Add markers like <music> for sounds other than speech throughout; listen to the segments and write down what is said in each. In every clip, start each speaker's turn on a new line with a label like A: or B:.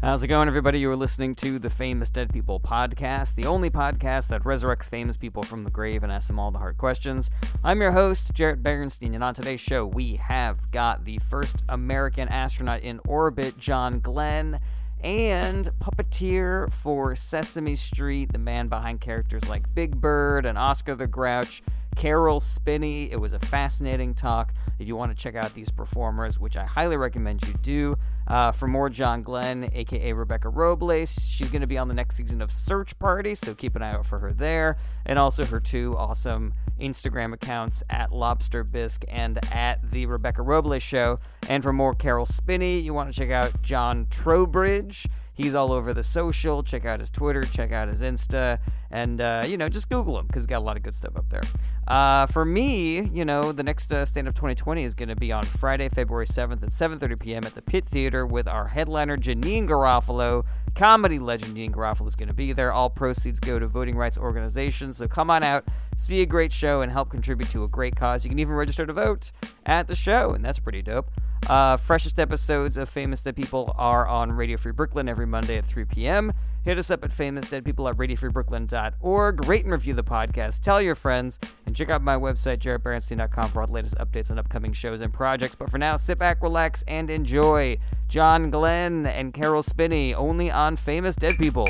A: How's it going, everybody? You are listening to the Famous Dead People podcast, the only podcast that resurrects famous people from the grave and asks them all the hard questions. I'm your host, Jarrett Berenstein, and on today's show, we have got the first American astronaut in orbit, John Glenn, and puppeteer for Sesame Street, the man behind characters like Big Bird and Oscar the Grouch. Carol Spinney. It was a fascinating talk. If you want to check out these performers, which I highly recommend you do, uh, for more John Glenn, aka Rebecca Robles, she's going to be on the next season of Search Party, so keep an eye out for her there, and also her two awesome Instagram accounts at Lobster Bisque and at the Rebecca Robles Show. And for more Carol Spinney, you want to check out John Trowbridge. He's all over the social. Check out his Twitter, check out his Insta, and uh, you know, just Google him because he's got a lot of good stuff up there. Uh, for me, you know, the next uh, Stand Up 2020 is going to be on Friday, February 7th at 7:30 p.m. at the Pit Theater with our headliner Janine Garofalo, comedy legend Janine Garofalo is going to be there. All proceeds go to voting rights organizations. So come on out, see a great show, and help contribute to a great cause. You can even register to vote at the show, and that's pretty dope. Uh, freshest episodes of Famous Dead People are on Radio Free Brooklyn every Monday at 3 p.m. Hit us up at famousdeadpeople at radiofreebrooklyn.org. Rate and review the podcast. Tell your friends. And check out my website, jarrettberenstein.com, for all the latest updates on upcoming shows and projects. But for now, sit back, relax, and enjoy John Glenn and Carol Spinney only on Famous Dead People.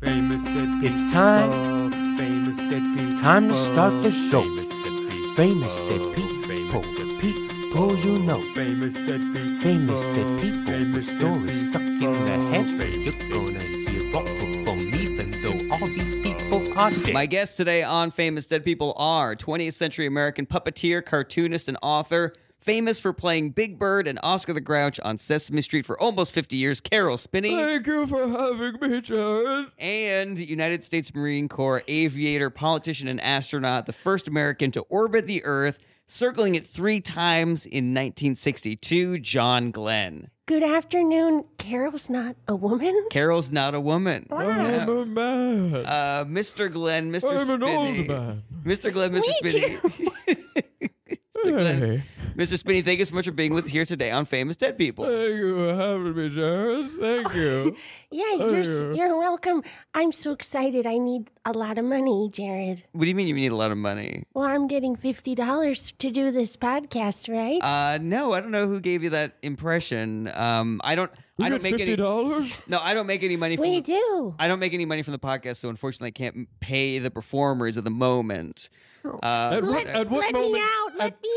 B: Famous dead
C: It's time.
B: people. Famous dead people.
C: Time to start the show.
B: Famous dead people.
C: Famous dead people,
B: Mm.
C: people you know.
B: Famous dead people.
C: Famous dead people
B: Mm. Famous
C: with
B: dead
C: stories
B: people.
C: stuck in their heads.
B: Famous
C: You're
B: dead
C: gonna hear all from even though all these people are dead.
A: My guests today on Famous Dead People are 20th century American puppeteer, cartoonist, and author, famous for playing Big Bird and Oscar the Grouch on Sesame Street for almost 50 years, Carol Spinney,
B: Thank you for having me, Jared.
A: and United States Marine Corps aviator, politician, and astronaut, the first American to orbit the Earth, circling it three times in 1962, John Glenn.
D: Good afternoon. Carol's not a woman.
A: Carol's not a woman.
B: I'm a man.
A: Uh, Mr. Glenn, Mr.
B: I'm an
A: Spinney.
B: old man.
A: Mr. Glenn, Mr.
D: Me
A: Spinney. <laughs> Mr. Glenn.
B: Hey.
A: Mr. Spinney, thank you so much for being with us here today on Famous Dead People.
B: Thank you for having me, Jared.
D: <laughs>
B: Thank you.
D: <laughs> Yeah, you're s-
B: Oh, yeah.
D: you're welcome. I'm so excited. I need a lot of money, Jared.
A: What do you mean you need a lot of money?
D: Well, I'm getting fifty dollars to do this podcast, right?
A: Uh, no, I don't know who gave you that impression. Um, I don't. I don't make any.
D: <laughs>
B: dollars.
A: No, I don't make any money. From
D: we
A: the,
D: do.
A: I don't make any money from the podcast, so unfortunately, I can't m- pay the performers at the moment. Uh,
B: At what,
D: Let,
B: at what
D: let
B: moment?
D: me out. Let
B: at,
D: me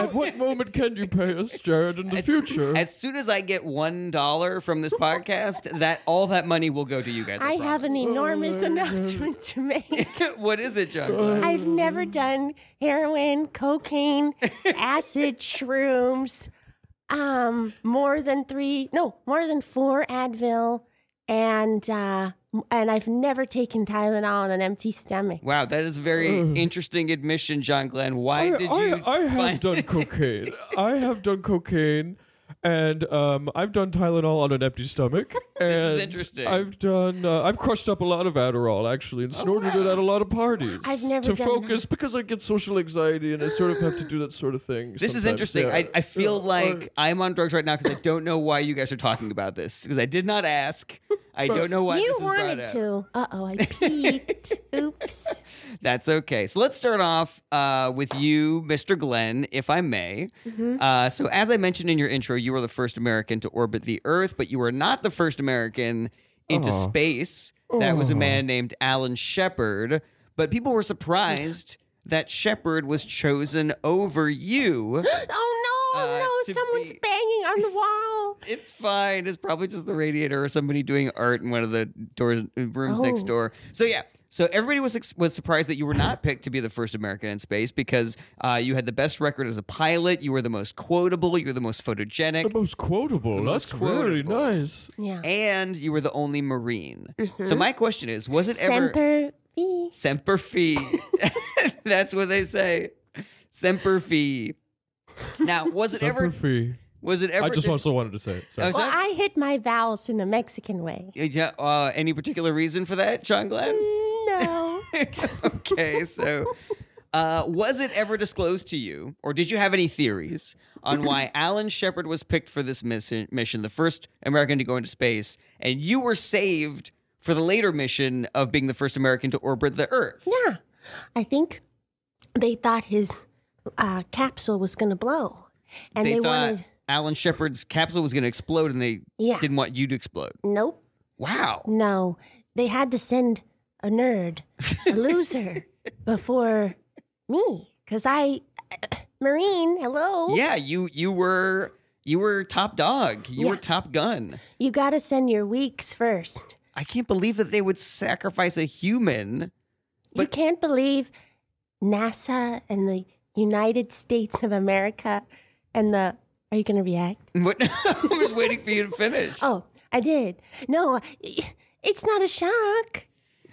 B: at
D: out.
B: what moment can you pay us,
D: <laughs>
B: Jared, in the
A: as-
B: future?
A: As soon as I get one dollar from this podcast, that all that money will go to you guys. I,
D: I have an
B: Oh,
D: enormous <laughs> announcement to make.
A: promise. <laughs> what is it, John? Glenn?
D: I've never
A: Mm.
D: done heroin, cocaine,
A: <laughs>
D: acid, shrooms, um, more than three, no, more than four Advil, and uh, and I've never taken Tylenol on an empty stomach.
A: Wow, that is a very interesting admission, John Glenn. Why
B: Uh. I,
A: did
B: I-
A: you?
B: I have
A: find-
B: done cocaine. I have done cocaine, and um, I've done Tylenol on an empty stomach.
A: <laughs>
B: And
A: This is interesting.
B: I've done. Uh, I've crushed up a lot of Adderall actually, and snorted it at a lot of parties.
D: I've never
B: to
D: done
B: focus because I get social anxiety, and I sort of have to do that sort of thing.
A: This is
B: sometimes,
A: interesting.
B: yeah.
A: I, I feel
B: Yeah, Uh, I-
A: like I'm on drugs right now because I don't know why you guys are talking about this because I did not ask. I don't know why
D: you
A: this is eh? brought
D: wanted
A: up.
D: to. Uh oh,
A: <laughs>
D: I peeked. Oops.
A: That's okay. So let's start off uh, with you, Mr. Glenn, if I may.
D: Mm-hmm.
A: Uh, so as I mentioned in your intro, you were the first American to orbit the Earth, but you were not the first American into
B: Aw.
A: space. That was a
B: Aw.
A: man named Alan Shepard. But people were surprised that Shepard was chosen over you.
D: Oh no,
A: Uh, to
D: no, someone's
A: be-
D: banging on the wall.
A: It's fine. It's probably just the radiator or somebody doing art in one of the doors rooms next
D: Oh.
A: door. So yeah. So everybody was ex- was surprised that you were not picked to be the first American in space because uh, you had the best record as a pilot. You were the most quotable. You were the most
B: the
A: photogenic,
B: most quotable.
A: The most
B: That's very
A: quotable.
B: nice.
D: Yeah.
A: and you were the only Marine. So
B: Mm-hmm.
A: my question is, was it ever
D: Semper fi.
A: semper
B: <laughs>
A: fi? <laughs> That's what they say, semper fi. Now, was it
B: Semper
A: ever?
B: Fi.
A: Was it ever?
B: I just also wanted to say it.
A: Oh,
B: sorry.
A: is
D: Well,
A: that-
D: I hit my vowels in a Mexican way.
A: Yeah, uh, <laughs> any particular reason for that, John Glenn?
D: No.
A: okay, so Uh, was it ever disclosed to you, or did you have any theories on
D: <clears throat>
A: why Alan Shepard was picked for this mission, mission, the first American to go into space, and you were saved for the later mission of being the first American to orbit the Earth?
D: Yeah. I think they thought his uh, capsule was going to blow. And
A: they,
D: they,
A: thought
D: wanted.
A: Alan Shepard's capsule was going to explode, and they
D: Yeah.
A: didn't want you to explode.
D: Nope.
A: Wow.
D: No. They had to send a nerd,
A: <laughs>
D: a loser, before me. Because I. Marine, hello.
A: Yeah, you you were you were top dog. You were
D: Yeah.
A: top gun.
D: You got to send your weeks first.
A: I can't believe that they would sacrifice a human.
D: you
A: But-
D: can't believe NASA and the United States of America and the. Are you going to react?
A: What? <laughs> I was waiting for you to finish.
D: Oh, I did. No, it's not a shock.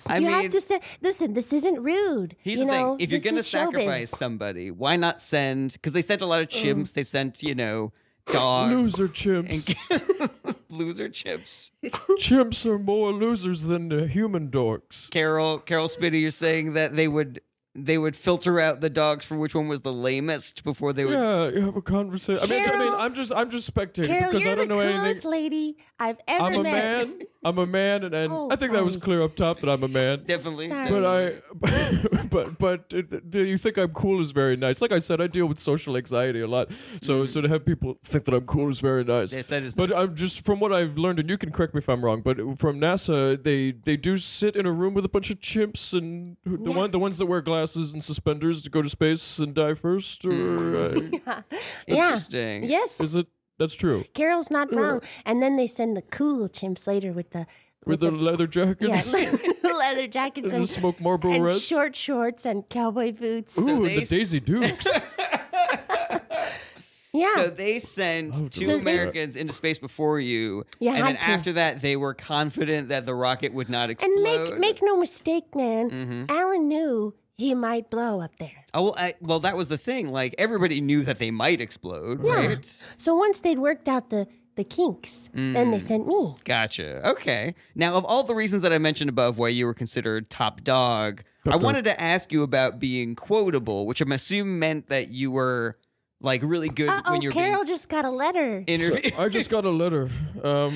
A: I
D: you
A: mean-
D: have to say, listen, this isn't rude.
A: Here's
D: you
A: the
D: know,
A: thing: if you're
D: going
A: going to
D: to
A: sacrifice somebody, why not send? Because they sent a lot of
D: Mm.
A: chimps. They sent, you know, dogs,
B: Loser chimps.
A: and <laughs> loser chimps. <laughs>
B: chimps are more losers than the human dorks.
A: Carol, Carol Spitty, you're saying that they would they would filter out the dogs for which one was the lamest before they would.
B: Yeah, you have a conversation. I mean, I mean,
D: Carol-
B: I'm just, I'm just spectating
D: Carol,
B: because
D: you're
B: I don't
D: the
B: know
D: coolest
B: anything.
D: lady I've ever
B: I'm a
D: met.
B: man. I'm a man, and, and
D: Oh,
B: I think that was
D: sorry.
B: clear up top that I'm
D: <laughs>
B: a man.
A: Definitely,
D: Sorry.
B: But I, <laughs> but but it- do you think I'm cool is very nice. Like I said, I deal with social anxiety a lot,
D: Mm.
B: so so to have people think that I'm cool is very nice.
A: Yes, that is
B: But
A: nice.
B: I'm just from what I've learned, and you can correct me if I'm wrong. But from NASA, they they do sit in a room with a bunch of chimps and who- the one the ones that wear glasses and suspenders to go to space and die first. Or
D: Mm.
B: uh,
D: <laughs>
A: <laughs>
D: Yeah.
A: interesting.
D: Yes.
B: is it? That's true.
D: Carol's not wrong. And then they send the cool chimps later with the
B: With the leather
D: yeah, <laughs>
B: jackets <laughs>
D: leather jackets
B: and
D: and,
B: the smoke Marlboro
D: and
B: Reds.
D: short shorts and cowboy boots.
B: Ooh,
A: So
B: and
A: they-
B: the Daisy Dukes.
A: <laughs>
D: yeah.
A: So they sent
B: Oh,
A: two
B: So they-
A: Americans into space before you,
D: You
A: and then
D: had to.
A: after that, they were confident that the rocket would not explode.
D: and make make no mistake, man.
A: Mhm.
D: Alan knew he might blow up there.
A: Oh well, I, well, that was the thing. Like everybody knew that they might explode, right?
D: So once they'd worked out the the kinks, then
A: Mm.
D: they sent me.
A: Gotcha. Okay. Now, of all the reasons that I mentioned above why you were considered top dog, I
B: dog.
A: wanted to ask you about being quotable, which I'm assuming meant that you were like really good
D: Uh oh,
A: when you're
D: Carol just got
A: <laughs>
D: a letter.
A: being
B: So
A: interviewed.
B: I just got a letter.
A: <laughs>
B: Um,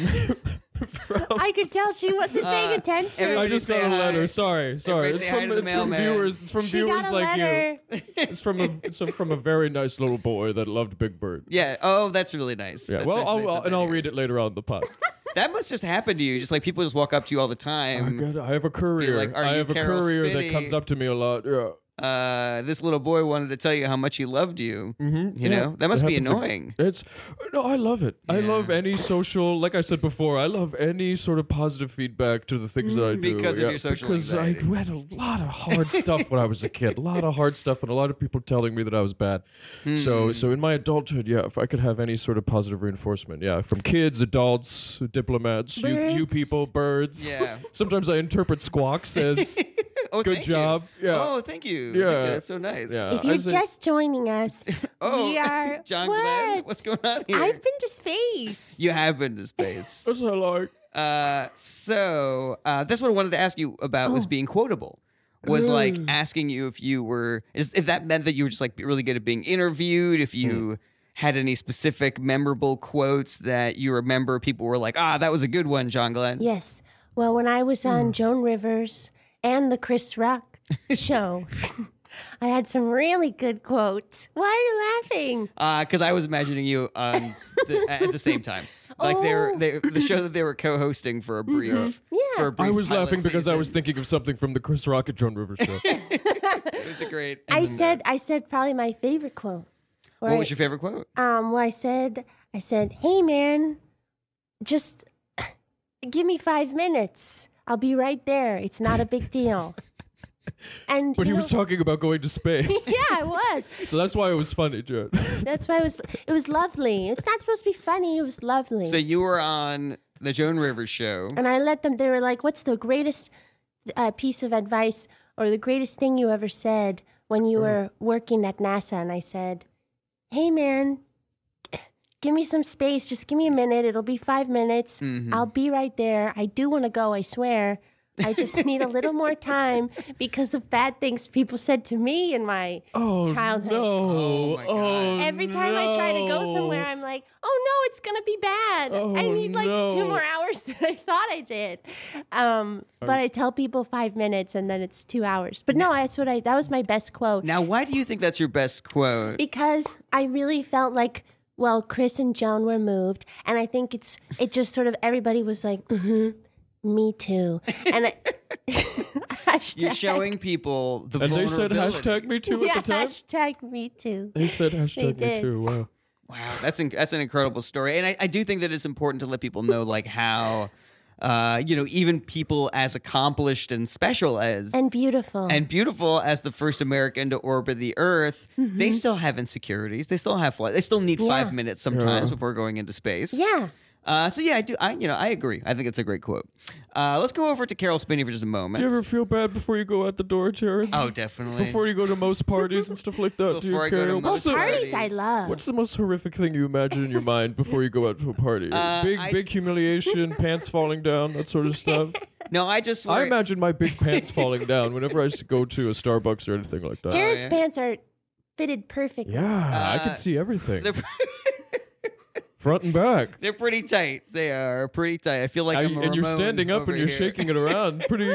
B: from,
D: I could tell she wasn't paying
A: Uh, every-
D: attention.
B: I just
A: Everybody
B: got a
A: say hi.
B: letter. Sorry, sorry.
A: Everybody
B: It's
A: say hi
B: from,
A: to the
B: it's from
A: mailman.
B: viewers. It's from
D: She
B: viewers
D: got a
B: like you.
D: letter.
A: Uh,
B: It's from a it's from a very nice little boy that loved Big Bird.
A: yeah. Oh, that's really nice.
B: Yeah.
A: That's-
B: Well,
A: that's
B: I'll,
A: nice
B: I'll-
A: that
B: and
A: they
B: I'll
A: do.
B: read it later on in
A: <laughs>
B: the pod.
A: That must just happen to you. Just like people just walk up to you all the
B: I,
A: time.
B: got, I have a courier.
A: like, "Are
B: I
A: you
B: have a
A: Carol
B: courier
A: Spinney?"
B: that comes up to me a lot. Yeah.
A: Uh, this little boy wanted to tell you how much he loved you.
B: Mm-hmm.
A: You know that must be annoying.
B: It's no, I love it. I
A: Yeah.
B: love any social. Like I said before, I love any sort of positive feedback to the things that I do.
A: Because of your social
B: because
A: anxiety.
B: I had a lot of hard stuff when I was a kid. A lot of hard stuff, and a lot of people telling me that I was bad.
A: Hmm.
B: So, so in my adulthood, yeah, if I could have any sort of positive reinforcement, yeah, from kids, adults, diplomats, you, you
D: Birds.
B: people, birds.
A: Yeah.
B: <laughs> Sometimes I interpret
A: <laughs>
B: squawks as
A: Oh,
B: good
A: thank you.
B: job. Yeah.
A: Oh, thank you.
B: Yeah.
A: Thank you. That's so nice.
B: Yeah.
D: If you're
B: I say-
D: just
A: <laughs>
D: joining us,
A: Oh,
D: we are
A: <laughs> John Glenn,
D: what?
A: what's going on here?
D: I've been to space.
A: You have been to
D: <laughs>
A: space.
B: That's what I like.
A: uh, so uh, that's what I wanted to ask you about
D: Oh.
A: was being quotable. Was like asking you if you were is, if that meant that you were just like really good at being interviewed. If you
D: Mm.
A: had any specific memorable quotes that you remember, people were like, "Ah, that was a good one, John Glenn."
D: Yes. Well, when I was
A: Hmm.
D: on Joan Rivers and the
A: <laughs>
D: Chris Rock show, <laughs> I had some really good quotes. Why are
A: <laughs>
D: you laughing? <laughs>
A: because Uh, I was imagining you on the, at the same time, like they were
D: Oh. Mm-hmm.
A: they, the
D: <laughs>
A: show that they were co-hosting for a brief,
D: Yeah.
A: for a brief
B: I was
A: pilot
B: laughing because I was
A: season.
B: thinking of something from the Chris Rock and Joan Rivers
D: <laughs>
B: show.
A: It was a great.
D: I
A: and then the-
D: said I said probably my favorite quote. Or
A: what was your favorite quote?
D: um well I said I said, "Hey man, just <sighs> give me 5 minutes. I'll be right there. It's not a big deal."
B: <laughs>
D: and
B: but
D: you
B: he was
D: know-
B: talking about going to
D: <laughs>
B: space,
D: Yeah, I was.
B: so that's why it was funny,
D: <laughs>
B: Jared.
D: That's why it was it was lovely. It's not supposed to be funny. It was lovely.
A: So you were on the Joan Rivers show.
D: and I let them. They were like, "What's the greatest uh, piece of advice or the greatest thing you ever said when you
B: Uh-huh.
D: were working at NASA?" And I said, "Hey, man, give me some
A: Mm-hmm.
B: Hmm.
D: space. Just give me a minute. It'll be five minutes. I'll be right there. I do want to go. I swear. I just need a little more
B: <laughs>
D: time because of bad things people said to me in my
B: Oh
D: Childhood.
B: no!
A: Oh, my God.
B: Oh,
D: Every time I try to go somewhere,
B: no.
D: I'm like, oh no, it's gonna be bad. I
B: Oh,
D: need like two
B: no.
D: more hours <laughs> than I thought I did. Um, but I tell people five minutes and then it's two hours. But
B: <laughs>
D: no, that's what I that was my best quote.
A: Now, why do you think that's your best quote?
D: Because I really felt like well, Chris and Joan were moved, and I think it's it just sort of everybody was like, mm-hmm, me too. And I, <laughs> hashtag,
A: You're showing people the
B: And they said
A: vulnerability.
B: hashtag me too
D: yeah,
B: at the time.
D: hashtag me too.
B: They said hashtag me
D: did.
B: too. Wow.
A: Wow, that's in, that's an incredible story, and I, I do think that it's important to let people know like how, uh, you know, even people as accomplished and special as
D: And beautiful.
A: and beautiful as the first American to orbit the Earth, they still have insecurities. They still have flaws. They still need
D: Mm-hmm. Yeah.
A: five minutes sometimes
B: Yeah.
A: before going into space.
D: yeah.
A: Uh, so yeah, I do. I you know I agree. I think it's a great quote. Uh, let's go over to Carol Spinney for just a moment.
B: Do you ever feel bad before you go out the door, Jared?
A: oh, definitely.
B: Before you go to most parties and stuff like that, do you
A: Before I go to
B: care?
A: most
B: What's
D: Well,
B: the-
D: parties I love.
B: What's the most horrific thing you imagine in your mind before you go out to a party?
A: Uh,
B: big,
A: I-
B: big humiliation, pants falling down, that sort of
A: <laughs>
B: stuff.
A: no, I
B: <laughs>
A: just
B: I
A: swear-
B: imagine my big pants falling down whenever I used to go to a Starbucks or anything like that.
D: Jared's
A: yeah.
D: pants are fitted perfectly.
B: yeah, I
A: Uh,
B: can see
A: <laughs>
B: everything,
A: they're,
B: front and back.
A: they're pretty tight. They are pretty tight. I feel like
B: I-
A: I'm a
B: and you're
A: Ramon
B: standing up
A: over
B: and you're
A: here.
B: shaking it around. Pretty.
D: Woo!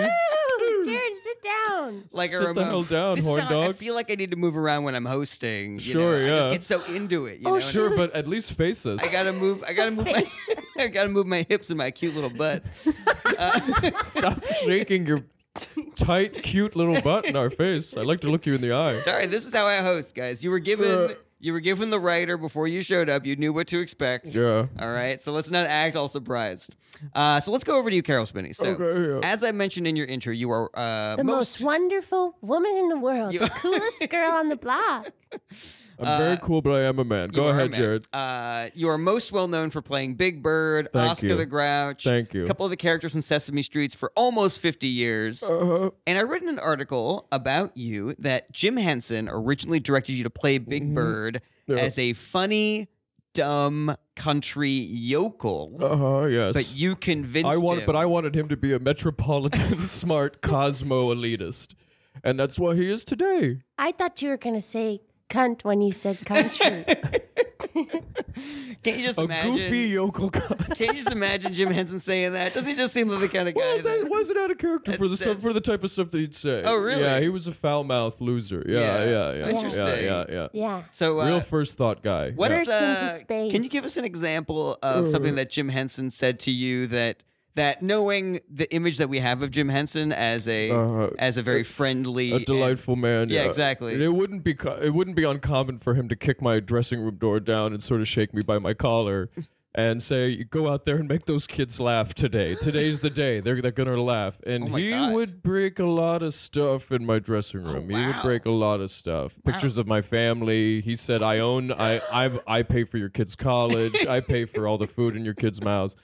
D: Jared, sit down.
A: <laughs> like a
B: Sit the
A: remote.
B: hell down,
A: this is
B: horn
A: how I
B: dog.
A: feel like I need to move around when I'm hosting. You
B: Sure,
A: know? I just
B: yeah.
A: get so into it. You
D: Oh,
A: know?
D: sure.
B: Sure, but at least face us.
A: I
B: <laughs>
A: gotta move. I gotta move. My,
D: Face.
A: <laughs> I gotta move my hips and my cute little butt.
B: Stop shaking your tight, cute little butt in our face. I like to look you in the eye.
A: Sorry, this is how I host, guys. You were given.
B: Uh.
A: You were given the writer before you showed up. You knew what to expect.
B: Yeah.
A: All right, so let's not act all surprised. Uh, so let's go over to you, Carol Spinney. So,
B: Okay, yeah.
A: as I mentioned in your intro, you are uh,
D: The most, wonderful woman in the world.
A: You-
D: The coolest girl on the block.
B: I'm very cool, but I am a man. Go
A: uh, you are a
B: ahead,
A: man.
B: Jared.
A: Uh, you are most well known for playing Big Bird,
B: Thank
A: Oscar
B: you.
A: the Grouch.
B: Thank you.
A: A couple of the characters in Sesame Streets for almost 50 years.
B: Uh,
A: and I read in an article about you that Jim Henson originally directed you to play Big Bird
B: Mm-hmm. Yeah.
A: as a funny, dumb country yokel.
B: uh, yes.
A: But you convinced
B: I
A: him.
B: wanted, but I wanted him to be a metropolitan, <laughs> smart, Cosmo elitist, and that's what he is today.
D: I thought you were going to say cunt when you said country.
A: Can't you just
B: A
A: imagine?
B: goofy yokel.
A: <laughs>
B: God.
A: Can't you just imagine Jim Henson saying that? Doesn't he just seem like the kind of guy
B: <laughs> Well,
A: that?
B: that wasn't out of character for the
A: That's-
B: stuff, for the type of stuff that he'd say.
A: Oh, really?
B: Yeah, he was a foul mouthed loser. Yeah,
A: Yeah.
B: yeah, yeah. yeah
A: Interesting.
B: Yeah, yeah, yeah.
D: yeah.
A: so uh,
B: Real first thought guy.
A: what's,
B: yeah.
D: First into
A: uh, Can you
D: space.
A: give us an example of something that Jim Henson said to you that that knowing the image that we have of Jim Henson as a
B: Uh,
A: as a very friendly,
B: a delightful man.
A: Yeah, exactly.
B: It wouldn't be co- it wouldn't be uncommon for him to kick my dressing room door down and sort of shake me by
A: <laughs>
B: my collar and say, "Go out there and make those kids laugh today. Today's the day. They're they're gonna
A: <laughs>
B: laugh." And
A: Oh my
B: he
A: God.
B: would break a lot of stuff in my dressing room. He
A: Oh, wow.
B: would break a lot of stuff. Pictures of my family. He said, "I own. I I I pay for your kids' college.
A: <laughs>
B: I pay for all the food in your kids' mouths."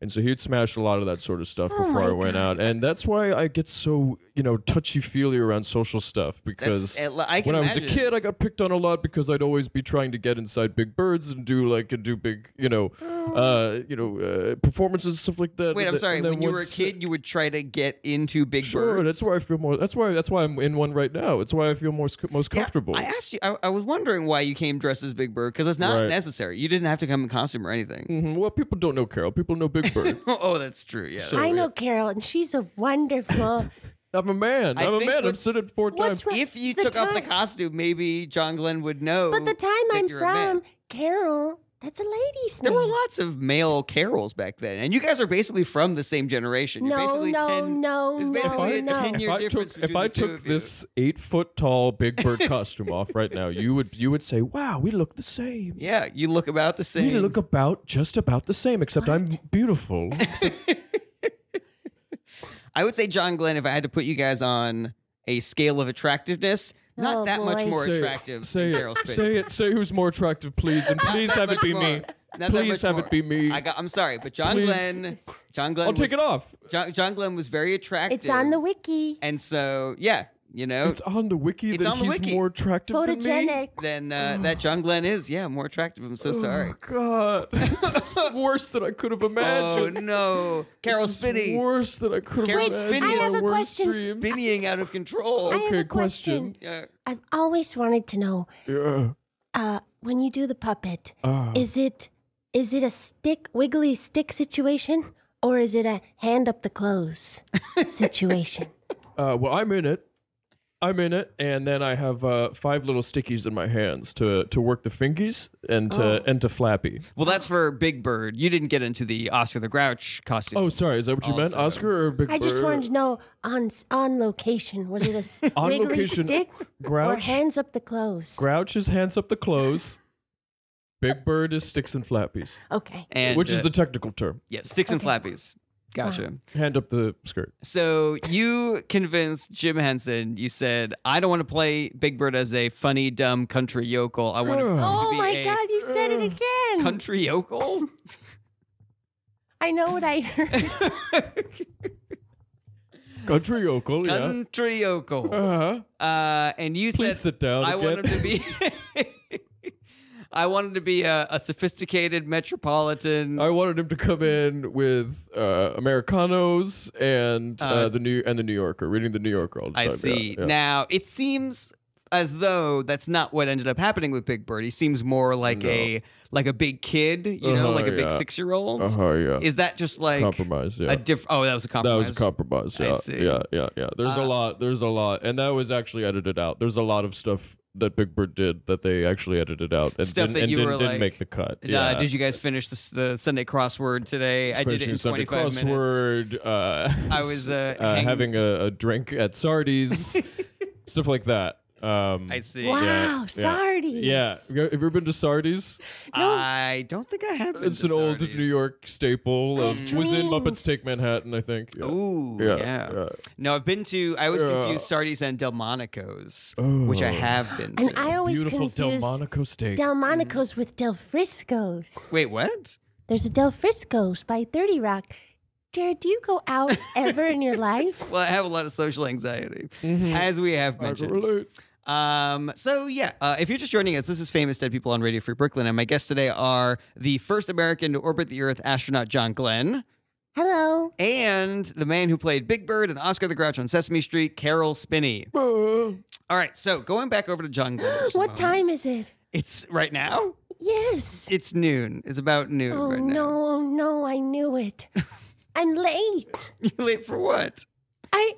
B: And so he'd smash a lot of that sort of stuff
A: Oh
B: before
D: my
B: I went out. And that's why I get so, you know, touchy feely around social stuff because
A: at le- eh, I can
B: when I was a
A: imagine.
B: kid, I got picked on a lot because I'd always be trying to get inside big birds and do like and do big, you know, uh, you know, uh, performances and stuff like that.
A: Oh. Wait,
B: And
A: I'm
B: then-
A: sorry.
B: and then
A: When you were a
B: once-
A: kid, you would try to get into Big
B: Sure,
A: Birds.
B: that's why I feel more. That's why. That's why I'm in one right now. It's why I feel more sc- most comfortable.
A: I asked you. I, I was wondering why you came dressed as Big Bird because it's not
B: Right.
A: necessary. You didn't have to come in costume or anything.
B: Mhm. Well, people don't know Carol. People know Big Bird.
A: <laughs> oh, that's true. Yeah.
B: So-
D: I know Carol, and she's a
A: <laughs>
D: wonderful.
B: I'm a man.
A: I
B: I'm a
A: think
B: man. I'm
A: what's-
B: sitting four
D: what's
B: times.
D: wrong-
A: if you
D: The
A: took off the
D: time-
A: costume, maybe John Glenn would know.
D: but the time
A: that
D: I'm
A: you're a man.
D: from, Carol, that's a lady's
A: There
D: name.
A: were lots of male carols back then, and you guys are basically from the same generation. You're
D: no,
A: basically
D: no,
A: 10
D: no,
A: it's
D: no,
A: basically a
D: no.
A: 10 year
B: if I
A: difference
B: took, if
A: between
B: I
A: the two
B: took
A: of you.
B: this eight foot tall
A: <laughs>
B: Big Bird costume off right now, you would you would say, "Wow, we look the same.
A: Yeah, you look about the same.
B: We look about just about the same, except I'm beautiful."
A: I would say John Glenn. If I had to put you guys on a scale of attractiveness, not
D: Oh,
A: that much
D: boy.
A: <laughs> more
B: Say it.
A: attractive
B: Say
A: than
B: it.
A: Carol Spinney.
B: Say it. Say who's more attractive, please, and
A: <laughs>
B: please
A: Not
B: have
A: that
B: it be
A: much
B: me.
A: more. Not that
B: Please
A: much
B: have
A: more.
B: it be me.
A: I got, I'm sorry, but John
B: Please.
A: Glenn, John Glenn,
B: I'll take
A: was-
B: it off.
A: John, John Glenn was very attractive.
D: It's on the wiki.
A: and so yeah, You know,
B: It's on the wiki
A: Oh. It's
B: that
A: on the
B: he's
A: wiki.
B: more attractive than me.
D: Photogenic.
A: then uh, that John Glenn is yeah more attractive. I'm so sorry.
B: Oh, God. <laughs> this is worse than I could have
A: Oh
B: imagined. <laughs>
A: no, Carol
B: This is
A: Spinney,
B: Worse than I could have
A: Carol
B: imagined.
A: Spinney is-
B: in
A: I
B: my
A: have
D: a
B: worst
D: question.
B: dreams.
A: Spinnying out of
D: I
A: control.
D: have
B: Okay,
D: a question.
B: question.
A: Yeah.
D: I've always wanted to know
B: Yeah.
D: uh, when you do the puppet,
B: Ah.
A: Oh.
D: is it is it a stick wiggly stick situation or is it a hand up the
A: <laughs>
D: clothes situation?
B: Uh, well, I'm in it. I'm in it, and then I have uh, five little stickies in my hands to to work the fingies and to
A: Oh.
B: and to flappy.
A: Well, that's for Big Bird. You didn't get into the Oscar the Grouch costume.
B: Oh, sorry, is that what you meant,
A: Also-
B: Oscar or Big
D: I just
B: Bird?
D: wanted to know on s- on location was it a
A: <laughs>
D: s-
B: On
D: wiggly
B: location,
D: stick or
B: Grouch.
D: hands up the clothes?
B: Grouch is hands up
D: <laughs>
B: the clothes. Big Bird is sticks and flappies,
D: okay.
A: and
B: which
A: uh,
B: is the technical term.
A: yeah sticks and flappies. Gotcha.
B: Hand up the skirt.
A: So you convinced Jim Henson. You said, "I don't want to play Big Bird as a funny, dumb country yokel. I want
B: Ugh.
A: to
D: Oh
A: be
D: my
A: a
D: god, you said it again.
A: country
B: <laughs>
A: yokel."
D: I know what I heard.
B: Country yokel, yeah.
A: country
B: Uh
A: yokel.
B: huh.
A: Uh, and you
B: Please
A: said,
B: sit down.
A: "I want him
B: again.
A: to be." <laughs> I want him to be a, a sophisticated metropolitan.
B: <laughs> I wanted him to come in with uh, Americanos and uh,
A: Uh,
B: the new and the New Yorker, reading the New Yorker all the
A: I
B: time. yeah,
A: see.
B: yeah.
A: Now it seems as though that's not what ended up happening with Big Bird. He seems more like
B: No.
A: a like a big kid, you know,
B: Uh-huh,
A: like a big
B: yeah.
A: six year old.
B: Uh huh. Yeah.
A: Is that just like
B: compromise. Yeah.
A: a different? Oh, that was a
B: that
A: compromise.
B: was a compromise.
A: I
B: Yeah.
A: see.
B: Yeah. Yeah. Yeah. There's
A: Uh,
B: a lot. There's a lot, and that was actually edited out. There's a lot of stuff that Big Bird did that they actually edited out and
A: Stuff
B: didn't,
A: that
B: and
A: you
B: didn't,
A: were
B: didn't
A: like,
B: make the cut.
A: Uh,
B: yeah.
A: Did you guys finish the, s- the Sunday crossword today? I did it in
B: Finishing Sunday
A: 25 minutes.
B: crossword, <laughs> Uh,
A: I was, uh, hang-
B: having a, a drink at
A: <laughs>
B: Sardi's, stuff like that. Um,
A: I see.
D: wow,
B: yeah.
D: Sardi's.
B: Yeah, have you ever been to Sardi's?
D: No.
A: I don't think I have. been
B: It's
A: to
B: an old
A: Sardi's. Mm-hmm.
B: New York staple.
D: I
B: Of,
D: have
B: was in
D: dreams.
B: Muppets Take Manhattan, I think. Yeah.
A: Ooh, yeah.
B: yeah, yeah.
A: No, I've been to. I always
B: Yeah.
A: confuse Sardi's and Delmonico's, which I
B: Oh.
A: have been to.
D: And I always
B: Beautiful
D: confuse
B: Delmonico steak.
D: Delmonico's with Del Frisco's.
A: Wait, what?
D: There's a Del Frisco's by 30 Rock. Jared, do you go out ever in your life?
A: Well, I have a lot of social anxiety,
D: Mm-hmm.
A: as we have
B: I can
A: mentioned.
B: relate.
A: Um, so yeah, uh, if you're just joining us, this is Famous Dead People on Radio Free Brooklyn, and my guests today are the first American to orbit the Earth, astronaut John Glenn,
D: Hello.
A: and the man who played Big Bird and Oscar the Grouch on Sesame Street, Carol Spinney.
D: <gasps>
B: Oh.
A: All right, so going back over to John Glenn. for just a
D: What
A: moment.
D: time is it?
A: It's right now.
D: Yes.
A: It's noon. It's about noon
D: Oh
A: right <laughs> now.
D: no, oh no, I knew it. I'm late.
A: You late for what?
D: I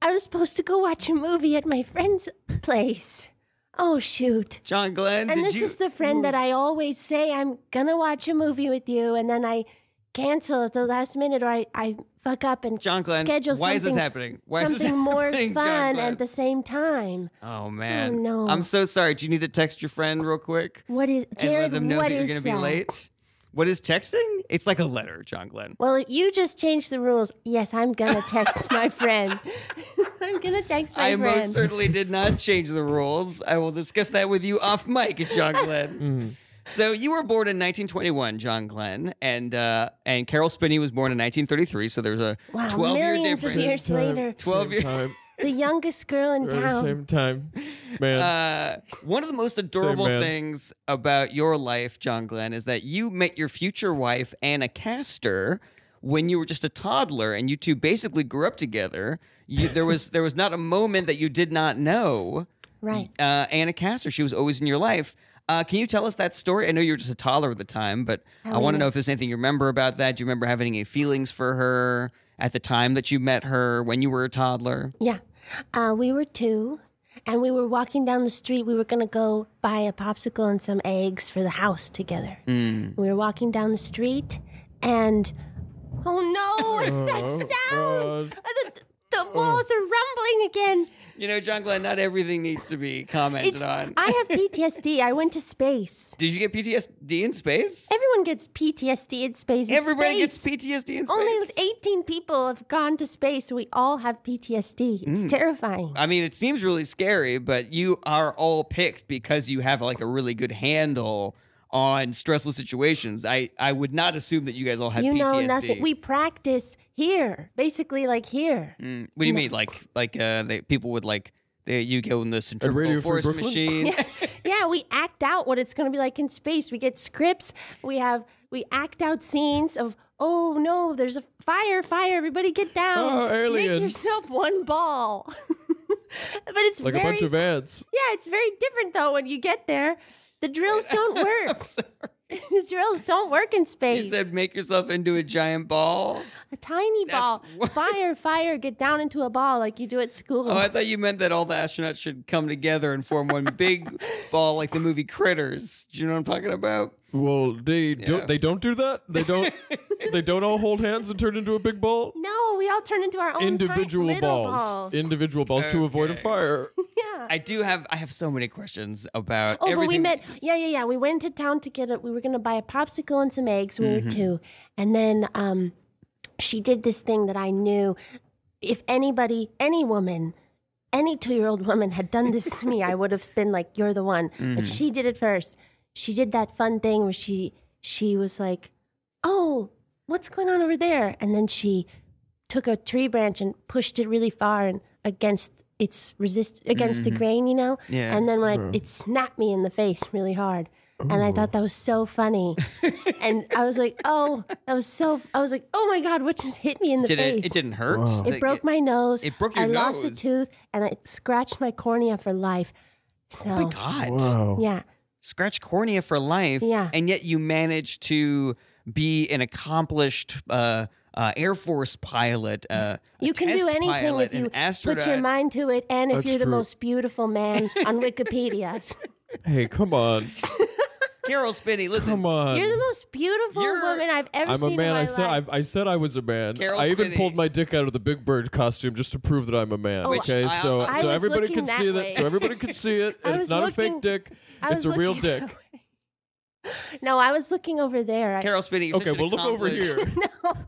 D: I was supposed to go watch a movie at my friend's place. Oh shoot.
A: John Glenn.
D: And
A: did
D: this
A: you-
D: is the friend that I always say I'm gonna watch a movie with you and then I cancel at the last minute or I, I fuck up and
A: John Glenn.
D: schedule
A: why
D: something
A: is this happening? Why is this <laughs>
D: something more
A: happening, John
D: fun
A: Glenn?
D: at the same time.
A: Oh man.
D: no.
A: I'm so sorry. Do you need to text your friend real quick
D: What is
A: and
D: Jared?
A: let them know
D: what
A: that you're
D: is
A: gonna be
D: that?
A: late? What is texting? It's like a letter, John Glenn.
D: Well, you just changed the rules. Yes, I'm
A: <laughs>
D: gonna text my friend. <laughs> I'm gonna text my
A: I
D: friend.
A: most certainly did not change the rules. I will discuss that with you off mic,
D: <laughs>
A: John Glenn.
B: Mhm.
A: so you were born in 1921, John Glenn, and uh, and Carol Spinney was born in 1933. So there's a
D: wow,
A: 12 year
D: millions of
A: difference.
D: years
B: Same time,
D: later,
A: 12
B: same
A: years.
B: Time,
D: the youngest girl in
B: uh,
D: town.
B: same time. Man.
A: <laughs> Uh, one of the most adorable
B: man.
A: things about your life, John Glenn, is that you met your future wife, Anna Castor, when you were just a toddler, and you two basically grew up together. You, there was there was not a moment that you did not know
D: Right.
A: uh, Anna Castor. She was always in your life. Uh, can you tell us that story? I know you were just a toddler at the time, but I
D: Oh,
A: want to
D: yeah.
A: know if there's anything you remember about that. Do you remember having any feelings for her at the time that you met her when you were a toddler?
D: Yeah. Uh, we were two, and we were walking down the street. We were gonna go buy a popsicle and some eggs for the house together. We were walking down the street, and oh no, it's that
B: Oh,
D: sound!
B: God.
D: Uh, The, the walls are rumbling again.
A: You know, John Glenn, not everything needs to be commented
D: It's,
A: on.
D: I have PTSD. I went to space.
A: Did you get PTSD in space?
D: Everyone gets PTSD in space. It's
A: Everybody
D: space.
A: gets PTSD in space.
D: Only 18 people have gone to space. We all have PTSD. It's terrifying.
A: I mean, it seems really scary, but you are all picked because you have like a really good handle on stressful situations. I, I would not assume that you guys all had
D: You
A: PTSD.
D: know nothing. We practice here, basically, like here.
B: <laughs>
A: Mm. What do you mean, like like uh, they, people would like There you go in the
B: Radio
A: centrifugal
B: Free
A: force
B: Brooklyn?
D: <laughs>
A: machine.
D: yeah, we act out what it's going to be like in space. We get scripts. We have we act out scenes of oh no, there's a fire, fire, everybody get down.
B: Oh, alien.
D: Make yourself one ball. <laughs> but it's
B: like
D: very
B: a bunch of ants.
D: yeah, it's very different though when you get there. The
B: <laughs>
D: drills don't work. <laughs> the drills don't work in
A: He
D: space.
A: said, "Make yourself into a giant ball."
D: a tiny
A: That's
B: <laughs>
D: ball.
A: what-
D: Fire, fire, get down into a ball like you do at school.
A: Oh, I thought you meant that all the astronauts should come together and form one
D: <laughs>
A: big ball, like the movie Critters. Do you know what I'm talking about?
B: Well, they
A: Yeah.
B: don't. They don't do that.
A: <laughs>
B: They don't. they don't all hold hands and turn into a big ball.
D: no, we all turn into our own ti-
B: Individual
D: little
B: balls.
D: balls.
B: Individual balls to avoid a
A: Okay. <laughs>
B: fire.
D: <laughs> yeah.
A: I do have. I have so many questions about.
D: Oh, but we
A: everything-
D: met. Yeah, yeah, yeah. We went to town to get it. We were gonna buy a popsicle and some eggs. We
A: Mm-hmm.
D: were two, and then um, she did this thing that I knew. If anybody, any woman, any two-year-old woman had done this to me, I would have been like, "You're the one."
A: Mm-hmm.
D: But she did it first. She did that fun thing where she she was like, "Oh, what's going on over there?" And then she took a tree branch and pushed it really far and against its resist against the
A: Mm-hmm.
D: grain, you know.
A: Yeah.
D: And then when I, it snapped me in the face really hard. And I thought that was so funny. and I was like, <laughs> oh, that was so, I was like, oh my God, what just hit me in the
A: Did
D: face?
A: it? It didn't hurt.
B: Wow.
D: It
A: Like,
D: broke my nose.
A: it broke
D: I
A: your
D: lost a
A: nose?
D: tooth and it scratched my cornea for life. So,
A: Oh my god!
B: Wow.
D: yeah.
A: Scratch cornea for life.
D: Yeah.
A: And yet you managed to be an accomplished uh, uh, Air Force pilot. Uh, a
D: You can
A: test
D: do anything
A: pilot,
D: if you
A: an astronaut.
D: put your mind to it and if
B: That's
D: you're the
B: true.
D: most beautiful man on Wikipedia.
B: Hey, come on,
A: <laughs> Carol Spinney, listen.
B: come on.
D: you're the most beautiful
A: Um, You're-
D: woman I've ever
B: I'm
D: seen
B: a man.
D: in my
B: I
D: life.
B: said. I, I said I was a man.
A: Carol
B: I even
A: Spinney.
B: pulled my dick out of the Big Bird costume just to prove that I'm a man.
D: Which
B: okay,
A: I-
B: so
A: I
B: so
D: was
B: everybody
D: looking
B: can
D: that
B: see
D: way.
B: that. So everybody can see it.
D: <laughs> I
B: and
D: was
B: it's not
D: looking-
B: a fake dick.
D: I
B: It's a
D: was
B: real
D: looking <laughs> that
B: dick.
D: way. No, I was looking over there. I,
A: Carol Spinney, you're
B: Okay,
A: such an
B: well look over
A: accomplished-
D: <laughs>
B: here.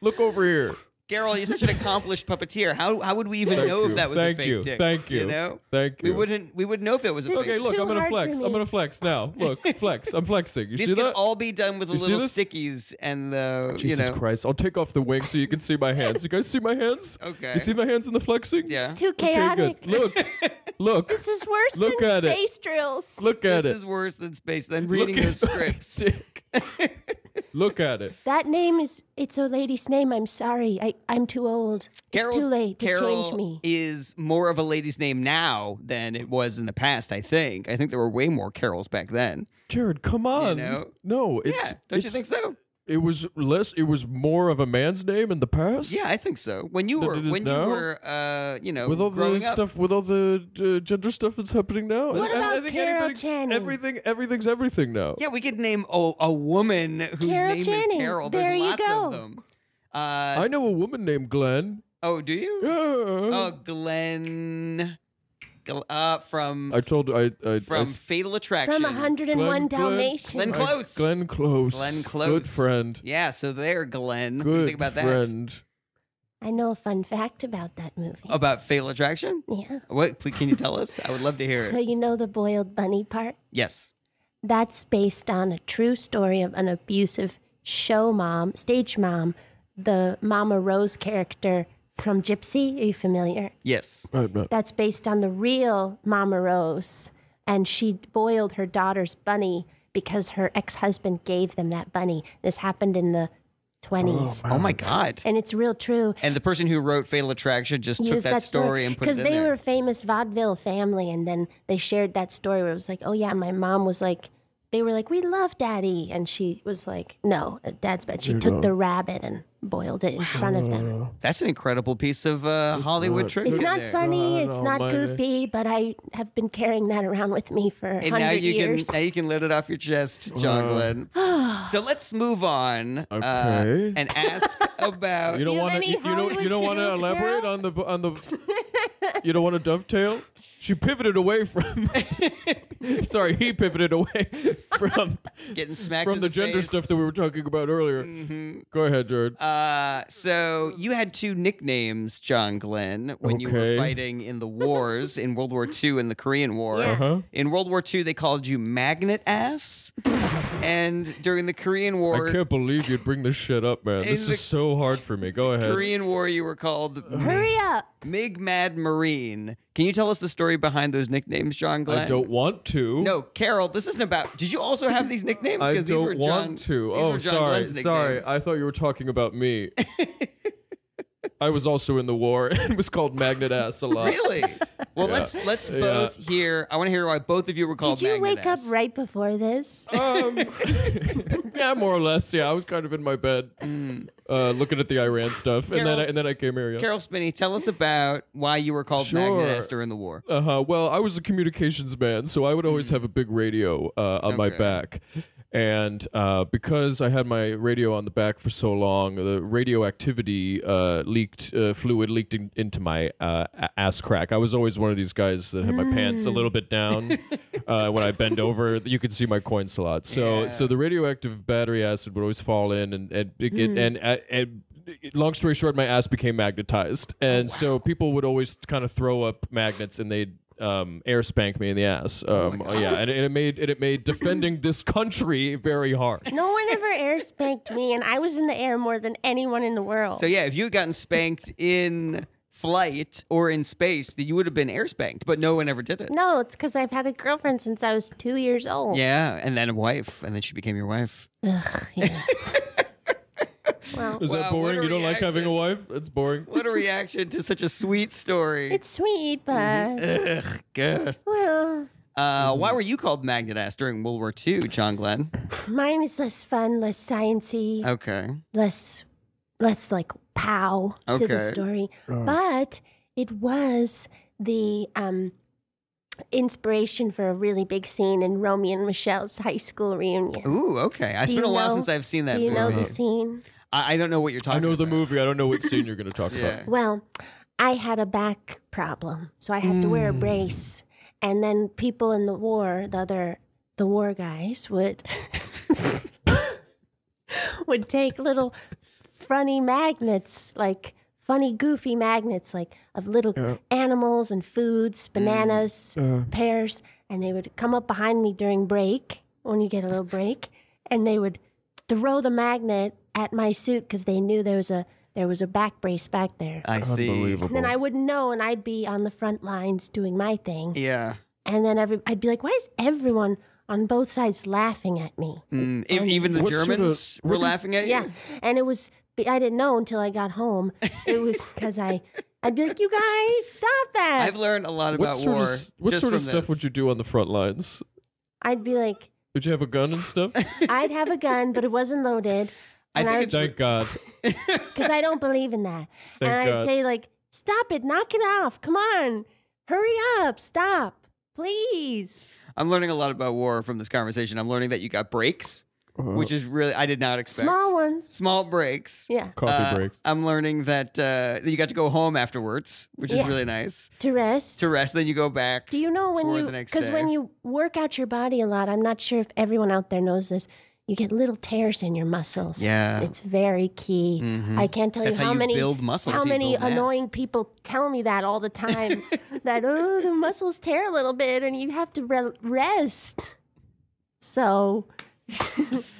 B: Look over here.
A: <laughs> Carol, you're such an accomplished puppeteer. How how would we even
B: Thank
A: know
B: you.
A: if that was
B: Thank
A: a fake
B: you.
A: dick?
B: Thank you.
A: know,
B: Thank
A: we
B: you.
A: wouldn't we would know if it was a
D: This
A: fake.
B: Okay,
A: dick.
D: is
B: look,
D: too
B: I'm gonna
D: hard for
B: flex.
D: me.
B: I'm gonna flex now. Look,
D: <laughs>
B: flex. I'm flexing. You
A: These
B: see
A: could
B: that?
A: all be done with the
B: You see
A: little
B: this?
A: stickies and the
B: Jesus
A: you know.
B: Christ! I'll take off the wig so you can see my hands. You guys see my hands?
A: Okay.
B: You see my hands in the flexing?
A: Yeah.
D: It's too
B: Okay,
D: chaotic.
B: good. Look,
A: <laughs>
B: look,
D: This is worse
B: Look
D: than
B: at it.
D: space drills.
B: look at
A: this
B: it.
A: is worse than space than reading
B: Look
A: those
B: at my <laughs>
A: scripts.
B: dick.
A: <laughs>
B: Look at it.
D: That name is it's a lady's name. I'm sorry. I, I'm too old. it's too
A: Carol's-
D: late to
A: Carol
D: change me.
A: Is more of a lady's name now than it was in the past. I think. I think there were way more Carols back then.
B: Jared, come on.
A: know?
B: No, it's
A: yeah, don't you
B: it's-
A: think so?
B: It was less it was more of a man's name in the past.
A: Yeah, I think so. When you
B: Than
A: were
B: it is
A: when
B: now?
A: you were uh, you know
B: With all the
A: growing up,
B: stuff, with all the uh, gender stuff that's happening now,
D: What
B: I- I
D: about
B: think
D: Carol
B: everything-
D: Channing?
B: Everything, everything's everything now.
A: Yeah, we could name a, a woman whose
D: Carol
A: name
D: Channing.
A: is Carol. There's
D: There you
A: lots
D: go.
A: of them. Uh,
B: I know a woman named Glenn.
A: oh, do you?
B: Yeah.
A: Oh, Glenn. Gl- uh, from
B: I told I, I I
A: from
B: s-
A: Fatal Attraction.
D: From 101
B: Glenn- Glenn-
D: Dalmatians.
A: Glenn
B: I-
A: Close.
B: Glenn Close.
A: Glenn
B: Good
A: Close.
B: friend.
A: Yeah, so there, Glenn. What do you
B: Good
A: think about
B: friend. That?
D: I know a fun fact about that movie.
A: that. About Fatal Attraction?
D: yeah.
A: What? Please, can you tell us? I would love to hear
D: So
A: it.
D: you know the boiled bunny part?
A: Yes.
D: That's based on a true story of an abusive show mom, stage mom, the Mama Rose character from Gypsy. Are you familiar?
A: Yes.
B: I'm not.
D: that's based on the real Mama Rose. And she boiled her daughter's bunny because her ex husband gave them that bunny. This happened in the 20s.
A: Oh my God.
D: and it's real true.
A: And the person who wrote Fatal Attraction just took
D: Use
A: that, story and put it
D: because
A: in
D: they
A: there.
D: were a famous vaudeville family, and then they shared that story where it was like, "Oh yeah, my mom was like, they were like, we love daddy," and she was like, "No, dad's bad." She took the rabbit and boiled it in front of them.
A: That's an incredible piece of uh, Hollywood trivia.
D: It's not
A: there.
D: funny.
B: God
D: it's not
B: almighty.
D: goofy, but I have been carrying that around with me for
A: And now
D: hundred
A: you
D: years.
A: can now you can let it off your chest, John
B: Wow.
D: <sighs>
A: Glenn. So let's move on uh,
B: Okay.
A: and ask about.
B: <laughs> You
D: Uh,
B: don't
D: you have
B: want
D: any
B: to. You, you don't. You
D: Hollywood
B: don't want to
D: scoop,
B: elaborate
D: Carol?
B: on the on the.
D: <laughs>
B: you don't want to dovetail. She pivoted away from. Sorry, he pivoted away from
A: Getting smacked
B: from
A: in the,
B: the, gender
A: face. Mm-hmm.
B: stuff that we were talking about earlier. Go ahead, Jared.
A: Uh, so you had two nicknames, John Glenn, when you were
B: Okay.
A: fighting in the wars in World War II and the Korean War.
D: Yeah.
B: Uh-huh.
A: In World War II, they called you Magnet Ass, and during the Korean
B: I
A: War,
B: can't believe you'd bring this shit up, man. This
A: the-
B: is so hard for me. Go ahead.
A: Korean War, you were called
D: Hurry up.
A: Mig Mad Marine. Can you tell us the story behind those nicknames, John Glenn?
B: I don't want to.
A: No, Carol, this isn't about. Did you also have these nicknames?
B: I
A: 'Cause
B: don't
A: these were John,
B: want to.
A: these
B: oh,
A: were John
B: sorry,
A: Glenn's
B: sorry.
A: nicknames.
B: I thought you were talking
A: <laughs>
B: about me. I was also in the war and was called magnet ass a lot. <laughs>
A: Really? Well,
B: Yeah.
A: let's let's
B: Yeah.
A: both hear. I want to hear why both of you were called.
D: Did you
A: Magnet
D: wake
A: Ass.
D: up right before this?
A: Oh.
B: Um, <laughs> yeah, more or less. Yeah, I was kind of in my bed, uh, looking at the Iran stuff, and then I,
A: Carol-
B: and then I came here. Yeah.
A: Carol Spinney, tell us about why you were called
B: Sure.
A: Magnet Ass during the war.
B: Uh huh. Well, I was a communications man, so I would always have a big radio uh, on my
A: Mm. Okay.
B: back. And uh, because I had my radio on the back for so long, the radioactivity uh, leaked, uh, fluid leaked in, into my uh, a- ass crack. I was always one of these guys that had my pants a little
A: Mm.
B: bit down uh, when I bend over. You could see my coins a lot. So,
A: Yeah.
B: so the radioactive battery acid would always fall in, and and it,
A: Mm.
B: and, and, and long story short, my ass became magnetized,
A: Oh,
B: and so people would always kind of throw up magnets, and they'd um, air spank me in the ass.
A: Oh,
B: Um, yeah, and, and it made and it made defending this country very
A: <laughs>
B: hard.
D: No one ever air spanked me, and I was in the air more than anyone in the world.
A: So yeah, if you had gotten spanked in flight or in space, then you would have been air spanked, but no one ever did it.
D: no, it's because I've had a girlfriend since I was two years old.
A: Yeah, and then a wife, and then she became your wife.
D: Ugh,
A: <laughs>
D: yeah. well,
B: Is
A: Wow, what
B: that boring?
A: a
B: You don't like having a
A: reaction.
B: wife? That's boring.
A: What a reaction to such a sweet story.
D: it's sweet, but
A: Mm-hmm. Ugh, good.
D: well,
A: Uh,
B: Mm-hmm.
A: Why were you called Magnet Ass during World War II, John Glenn?
D: mine is less fun, less sciency,
A: Okay.
D: less, less like pow to
A: Okay.
D: the story.
B: Oh.
D: But it was the um, inspiration for a really big scene in Romeo and Michelle's high school reunion.
A: Ooh, okay. I
D: Do
A: it's been
D: you
A: a while
D: know-
A: since I've seen that
D: Do you know
A: movie.
D: the scene?
A: I, I don't know what you're
B: I
A: talking about.
B: know the movie. I don't know what scene you're going to talk
A: Yeah.
D: Well, I had a back problem, so I had to wear a
B: Hmm.
D: brace. And then people in the war, the other the war guys would <laughs> would take little funny magnets, like funny goofy magnets, like of little
B: Yeah.
D: animals and foods, bananas,
B: about. Uh,
D: pears, and they would come up behind me during break when you get a little break, and they would throw the magnet at my suit because they knew there was a there was a back brace back there.
A: I see.
B: unbelievable.
D: And then I wouldn't know, and I'd be on the front lines doing my thing,
A: Yeah.
D: and then every I'd be like, why is everyone on both sides laughing at me?
A: Mm, e- even the
B: um, What sort of-
A: Germans were
B: what-
A: laughing at you.
D: Yeah, and it was but I didn't know until I got home. It was because I I'd be like, you guys, stop that.
A: I've learned a lot
B: What
A: about
B: sort
A: war.
B: of what
A: just
B: sort of
A: from
B: stuff
A: this.
B: would you do on the front lines?
D: I'd be like,
B: Did you have a gun
A: <laughs>
B: and stuff?
D: I'd have a gun, but it wasn't loaded.
A: I
D: and
A: think
D: I-
A: it's
B: Thank God.
D: because I don't believe in that.
B: Thank
D: and I'd
B: God.
D: say like, "Stop it! Knock it off! Come on, hurry up! Stop, please!"
A: <laughs> I'm learning a lot about war from this conversation. I'm learning that you got breaks, which is really I did not expect.
D: Uh-huh. Small ones,
A: Small breaks.
D: yeah.
B: coffee
A: Uh,
B: breaks.
A: I'm learning that uh, that you got to go home afterwards, which is
D: Yeah.
A: really nice
D: To rest.
A: to rest. Then you go back.
D: Do you know when
A: Or
D: you
A: the next
D: because when
A: day.
D: you work out your body a lot, I'm not sure if everyone out there knows this. You get little tears in your muscles.
A: yeah.
D: it's very key.
A: Mhm.
D: I can't tell
A: That's
D: you
A: how,
D: how,
A: you
D: many
A: build muscles.
D: how
A: you
D: many
A: build mass.
D: annoying people tell me that all the time that oh the muscles tear a little bit and you have to re- rest so <laughs>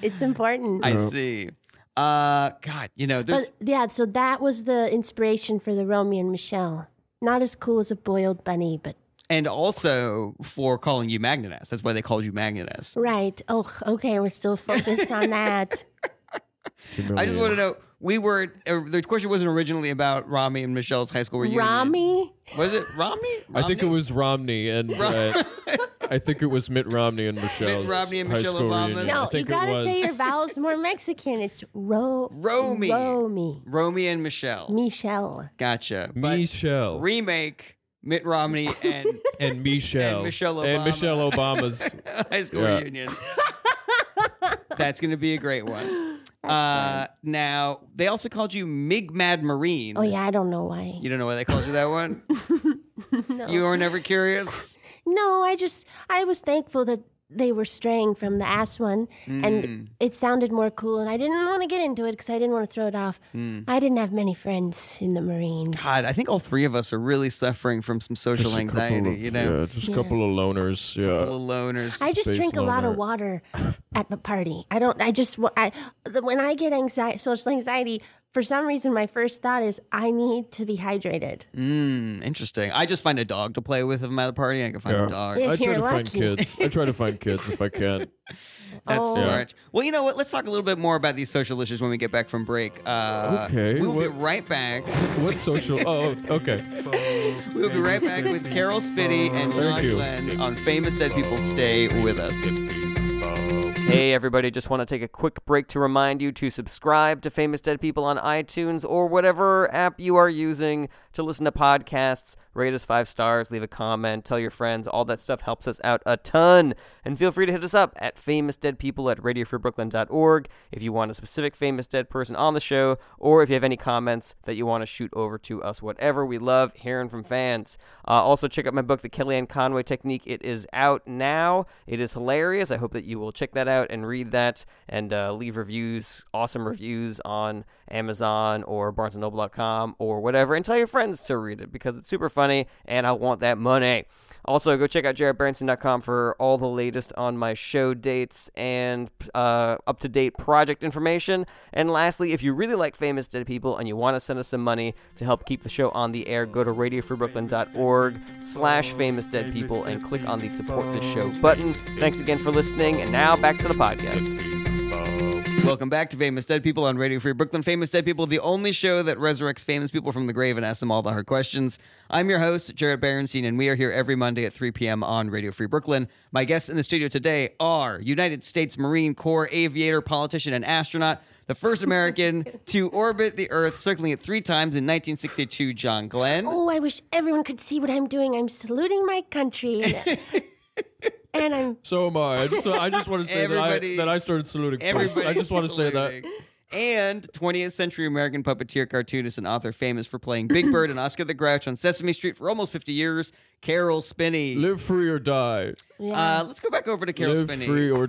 D: it's important
A: I see. Uh, God, you know, there's
D: but yeah so that was the inspiration for the romeo and michelle not as cool as a boiled bunny but
A: and also for calling you Magnet Ass. That's why they called you Magnet Ass.
D: right oh okay we're still focused on that Oh,
A: I just want to know. We were uh, the question wasn't originally about Rami and Michelle's high school reunion.
D: rami
A: was it Rami?
B: I think it
A: Romney?
B: was Romney and uh, I think it was Mitt Romney and Michelle's
A: Romney and
B: high
A: Michelle
B: school
A: Obama.
B: reunion. I
D: no you
B: think it
D: gotta say
B: was.
D: your vowels more mexican it's ro
A: Romy.
D: romy
A: <laughs> Romy and Michelle.
D: michelle
A: Gotcha. But
B: Michelle
A: remake Mitt Romney
D: <laughs>
A: and <laughs>
B: and Michelle
A: and Michelle
B: and
A: Obama. <laughs>
B: Michelle Obama's.
A: high school
B: Yeah.
D: <laughs>
A: reunion. That's gonna be a great one. Uh, now they also called you Mig Mad Marine.
D: oh yeah i don't know why <laughs>
A: You don't know why they called you that one. You were never curious.
D: No, I just I was thankful that they were straying from the ass one,
A: Hmm.
D: and it sounded more cool. And I didn't want to get into it because I didn't want to throw it off. I didn't have many friends in the Marines.
A: Hmm. God, I think all three of us are really suffering from some social
B: Just a couple
A: anxiety.
B: of-
A: you know,
B: yeah, just a
D: Yeah.
B: couple of loners. Yeah,
A: little loners.
D: I just
B: space
D: drink a lot
B: loner.
D: of water at the party. I don't. I just. wa- I the- when I get anxiety, social anxiety, for some reason, my first thought is I need to be hydrated.
A: Mm, interesting. I just find a dog to play with at my party. I can find
B: Yeah.
A: a dog.
D: Yeah.
B: I
D: If
B: try
D: you're
B: to find
D: lucky.
B: kids. I try to find kids if I
A: <laughs>
B: can.
A: That's
D: Oh.
A: smart. Well, you know what? Let's talk a little bit more about these social issues when we get back from break. Uh,
B: Okay,
A: We will be
B: what-
A: right back.
B: What social? Oh, okay.
A: We will be right back with Carol Spitty and
B: Thank
A: John
B: you.
A: Glenn on Famous Dead People. Stay with us.
E: Hey, everybody, just want to take a quick break to remind you to subscribe to Famous Dead People on iTunes or whatever app you are using to listen to podcasts. Rate us five stars, leave a comment, tell your friends. All that stuff helps us out a ton. And feel free to hit us up at famousdeadpeople at radiofreebrooklyn.org if you want a specific famous dead person on the show or if you have any comments that you want to shoot over to us. Whatever, we love hearing from fans. Uh, also, check out my book, The Kellyanne Conway Technique. It is out now. It is hilarious. I hope that you will check that out and read that and uh, leave reviews, awesome reviews on Amazon or BarnesandNoble.com or whatever, and tell your friends to read it because it's super funny and I want that money. Also, go check out jarrettbranson.com for all the latest on my show dates and uh, up to date project information. And lastly, if you really like famous dead people and you want to send us some money to help keep the show on the air, go to radiofreebrooklyn.org slash famous dead people and click on the support the show button. Thanks again for listening. And now back to the podcast.
A: Welcome back to Famous Dead People on Radio Free Brooklyn. Famous Dead People, the only show that resurrects famous people from the grave and asks them all the hard questions. I'm your host, Jared Berenstein, and we are here every Monday at 3 p.m. on Radio Free Brooklyn. My guests in the studio today are United States Marine Corps aviator, politician, and astronaut, the first American to orbit the Earth, circling it three times in 1962, John Glenn.
D: Oh, I wish everyone could see what I'm doing. I'm saluting my
A: <laughs>
D: country, and, and I'm
B: So am I. I just, I just want to say that I,
A: Everybody-
B: that I started saluting. first.
A: Everybody,
B: I just want to say that.
A: And 20th century American puppeteer, cartoonist, and author famous for playing Big Bird and Oscar the Grouch on Sesame Street for almost 50 years, Carol Spinney.
B: Live free or die.
D: yeah.
A: Uh, let's go back over to Carol
B: Live
A: Spinney
B: free or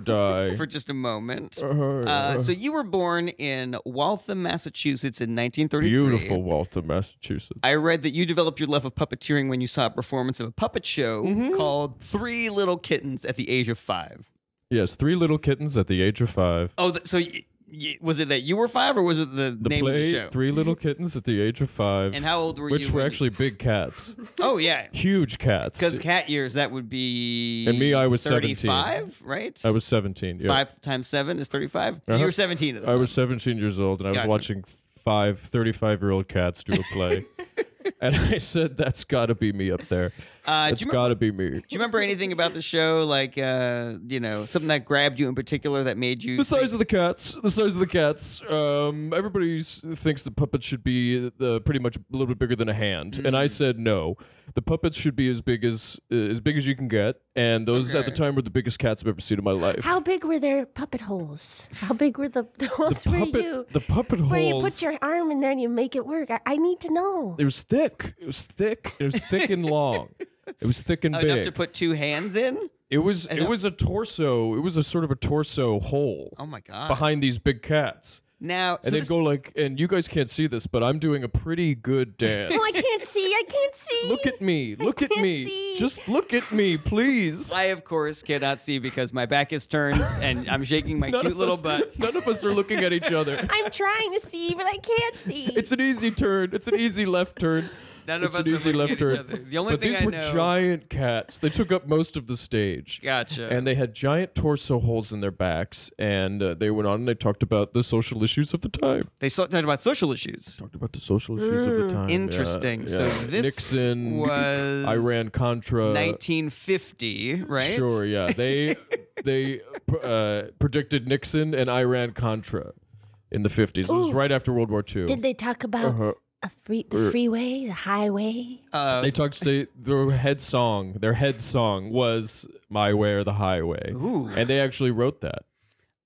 A: <laughs>
B: die.
A: for just a moment.
B: Uh-huh.
A: Uh, so you were born in Waltham, Massachusetts in 1933.
B: Beautiful Waltham, Massachusetts.
A: I read that you developed your love of puppeteering when you saw a performance of a puppet show
B: Mm-hmm.
A: called Three Little Kittens at the age of five.
B: Yes, three little kittens at the age of five.
A: Oh, th- so y- y- was it that you were five, or was it the,
B: The
A: name
B: play,
A: of the show?
B: Three Little Kittens at the Age of Five.
A: And how old were you?
B: which were
A: when you-
B: actually big cats.
A: <laughs> Oh yeah,
B: Huge cats.
A: because cat years that would be.
B: And me, I was 17.
A: thirty-five, right?
B: I was 17. Yeah.
A: five times seven is 35 So You
B: Uh-huh.
A: were seventeen at the
B: I
A: time.
B: was 17 years old and I
A: Gotcha.
B: was watching five 35 year old cats do a
A: <laughs>
B: play. and I said, that's got to be me up there.
A: Uh, do
B: that's
A: you remember?
B: got to be me.
A: Do you remember anything about the show? Like, uh, you know, something that grabbed you in particular that made you.
B: The size of the cats. The size of the cats. Um, everybody s- thinks the puppet should be uh, pretty much a little bit bigger than a hand, and
A: Mm.
B: I said no. The puppets should be as big as uh, as big as you can get, and those at the
A: Okay.
B: time were the biggest cats I've ever seen in my life.
D: How big were their puppet holes? How big were the, <laughs> the holes
B: the
D: for
B: puppet,
D: you?
B: the puppet
D: Where
B: holes.
D: you put your arm in there and you make it work. I, I need to know.
B: It was thick. It was thick. It was thick and long. It was thick
A: <laughs>
B: and
A: enough
B: big.
A: to put two hands in?
B: it was it
A: enough-
B: was a torso. It was a sort of a torso hole
A: Oh my god!
B: behind these big cats.
A: now, so
B: And they'd
A: this-
B: go like, and you guys can't see this, but I'm doing a
D: <laughs>
B: pretty good dance.
D: Oh, I can't see. I can't see.
B: Look at me. Look at
D: can't
B: me.
D: see.
B: Just look at me, please.
A: I of course cannot see because my back is turned and I'm shaking my
B: <laughs> <laughs> None
A: cute
B: of
A: little
B: us-
A: butt.
B: None of us are looking
A: <laughs>
B: at each other.
D: I'm trying to see, but I can't see.
B: <laughs> It's an easy turn. It's an easy left turn.
A: None
B: it's
A: of us
B: an
A: are
B: easy
A: looking
B: left
A: at each
B: turn.
A: other. The only
B: but
A: thing
B: these
A: I
B: were
A: know-
B: giant cats. They took up most of the stage.
A: Gotcha.
B: And they had giant torso holes in their backs, and uh, they went on and they talkked about the social issues of the time.
A: They so- talked about social issues.
B: Talked about the social issues of the time. yeah,
A: Mm, Interesting. So
B: yeah.
A: this
B: Nixon,
A: was
B: Iran Contra,
A: 1950, right?
B: Uh, Sure, yeah.
A: <laughs>
B: They they pr- uh, predicted Nixon and Iran Contra in the 50s. It was
D: Ooh.
B: right after World War II.
D: Did they talk about
B: Uh-huh.
D: a free, the freeway, the highway?
A: Uh,
B: They talked say their head song, their head song was My Way or the Highway.
A: Ooh.
B: And they actually wrote that.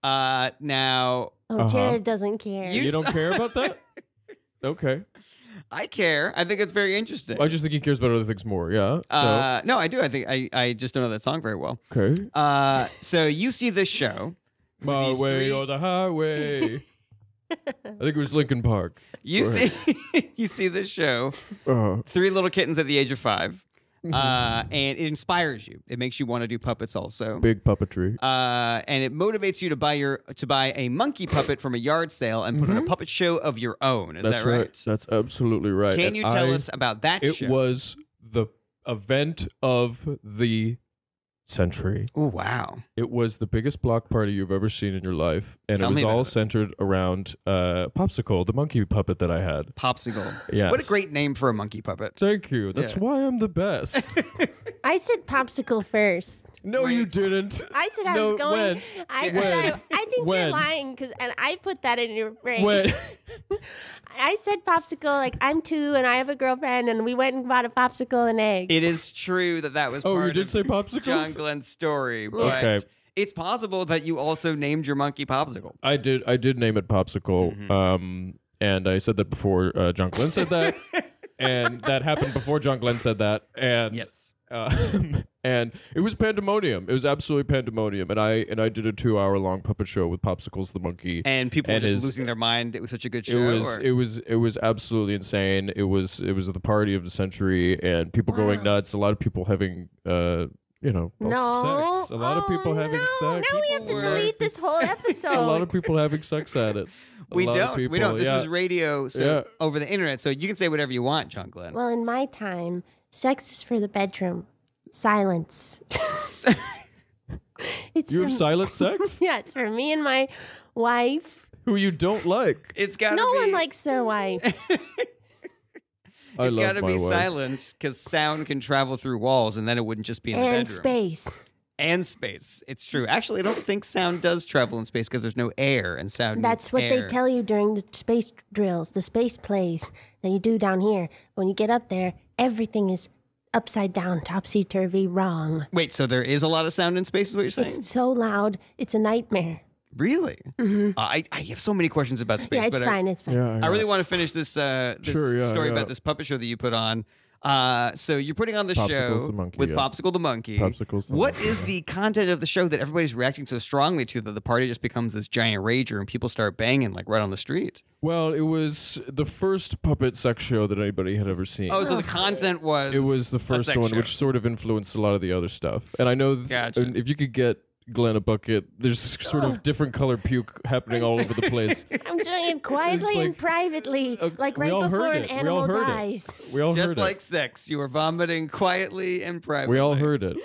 A: uh, now,
D: Oh,
B: Uh-huh.
D: Jared doesn't care.
A: You- <laughs>
B: You don't care about that? Okay.
A: I care. I think it's very interesting.
B: I just think he cares about other things more. Yeah. So
A: uh, no, I do. I think I, I just don't know that song very well.
B: okay. <laughs>
A: Uh, so you see this show.
B: My
A: these
B: way
A: three-
B: or the highway.
A: <laughs>
B: I think it was Lincoln Park.
A: You
B: Right.
A: see <laughs> you see this show.
B: Uh,
A: Three little kittens at the age of five.
B: Mm-hmm.
A: Uh, and it inspires you. It makes you want to do puppets also.
B: big puppetry.
A: uh, and it motivates you to buy your to buy a monkey puppet from a yard sale and put on a puppet show of your own. Is
B: Mm-hmm. That's
A: that right?
B: That's absolutely right.
A: Can
B: And
A: you tell
B: I-
A: us about that
B: It
A: show?
B: was the event of the century.
A: oh wow!
B: It was the biggest block party you've ever seen in your life, and
A: Tell
B: it
A: me
B: was
A: about
B: all
A: it.
B: centered around uh, Popsicle, the monkey puppet that I had.
A: Popsicle.
B: Yes.
A: What a great name for a monkey puppet.
B: Thank you. That's
A: Yeah.
B: why I'm the
A: <laughs>
B: best.
D: I said popsicle first.
B: no,
A: Wait.
B: you didn't.
D: I said I
B: No,
D: was going.
B: when?
D: I
A: Yeah.
D: said
B: When?
D: I. I think
B: When?
D: you're lying because, and I put that in your brain.
B: Wait.
D: I said popsicle like I'm two and I have a girlfriend and we went and bought a popsicle and eggs.
A: It is true that that was.
B: <laughs> Oh,
A: part
B: you did
A: of
B: say
A: John
B: popsicles.
A: Glenn's story, but
B: Okay.
A: it's possible that you also named your monkey Popsicle.
B: I did. I did name it Popsicle.
A: Mhm.
B: Um, and I said that before uh, John Glenn said
A: <laughs>
B: that, and that happened before John Glenn said that, and
A: Yes.
B: um, <laughs> and it was pandemonium. It was absolutely pandemonium. And I and I did a two hour long puppet show with Popsicles the monkey.
A: And people
B: And
A: were just
B: his-
A: losing their mind. It was such a good
B: it
A: show.
B: was
A: or-
B: it was it was absolutely insane. It was it was the party of the century, and people going
D: Wow.
B: nuts. A lot of people having uh you know
D: no.
B: sex. A lot of
D: Oh,
B: people having
D: no.
B: sex.
D: Now we have to
A: People were-
D: delete
B: <laughs>
D: this whole episode.
B: a lot of people having sex
A: <laughs>
B: at it. A
A: we
B: lot of
A: don't. we
B: people,
A: don't. This
B: yeah.
A: is radio so
B: Yeah.
A: over the internet, so you can say whatever you want, John Glenn.
D: well, in my time, sex is for the bedroom.
B: <laughs>
D: Silence. it's
B: you
D: for
B: have
A: <laughs>
B: silent sex.
D: <laughs> yeah, it's for me and my wife.
B: who you don't like.
A: it's got
D: no
A: be,
D: one likes their wife.
B: I
A: It's
B: love
A: got to
B: my
A: be
B: wife.
A: silence because sound can travel through walls, and then it wouldn't just be in the bedroom
D: and space.
A: and space. It's true. Actually, I don't think sound does travel in space because there's no air, and sound.
D: That's
A: needs
D: what
A: air.
D: they tell you during the space drills, the space plays that you do down here. When you get up there, everything is upside down, topsy turvy, wrong.
A: Wait, so there is a lot of sound in space, is what you're saying?
D: It's so loud, it's a nightmare.
A: Really?
D: Mhm.
A: Uh, I, I have so many questions about space.
D: yeah, it's
A: but
D: fine, it's fine.
B: Mm-hmm. Yeah,
A: I, I really want to finish this, uh, this
B: Sure, yeah,
A: story
B: yeah.
A: about this puppet show that you put on. Uh, so you're putting on the
B: Popsicles
A: show
B: the monkey,
A: with
B: yeah.
A: Popsicle the monkey.
B: Popsicles the
A: What
B: monkey,
A: is the content of the show that everybody's reacting so strongly to that the party just becomes this giant rager and people start banging like right on the street?
B: Well, it was the first puppet sex show that anybody had ever seen.
A: Oh, so the content was
B: it was the
A: a
B: first
A: sex
B: one,
A: show.
B: which sort of influenced a lot of the other stuff. And I know this,
A: Gotcha.
B: and if you could get Glenn a bucket, there's sort
A: <gasps>
B: of different color puke happening all over
A: <laughs>
B: the place.
D: I'm doing
B: <laughs>
D: it quietly
B: like-
D: and privately,
B: Uh,
D: like
B: we
D: right
B: all
D: before
B: heard
D: an
B: it. We all
D: animal
B: heard it.
D: dies.
B: We all
A: just
B: heard
A: like
B: it.
A: sex, you were vomiting quietly and privately.
B: We all heard it.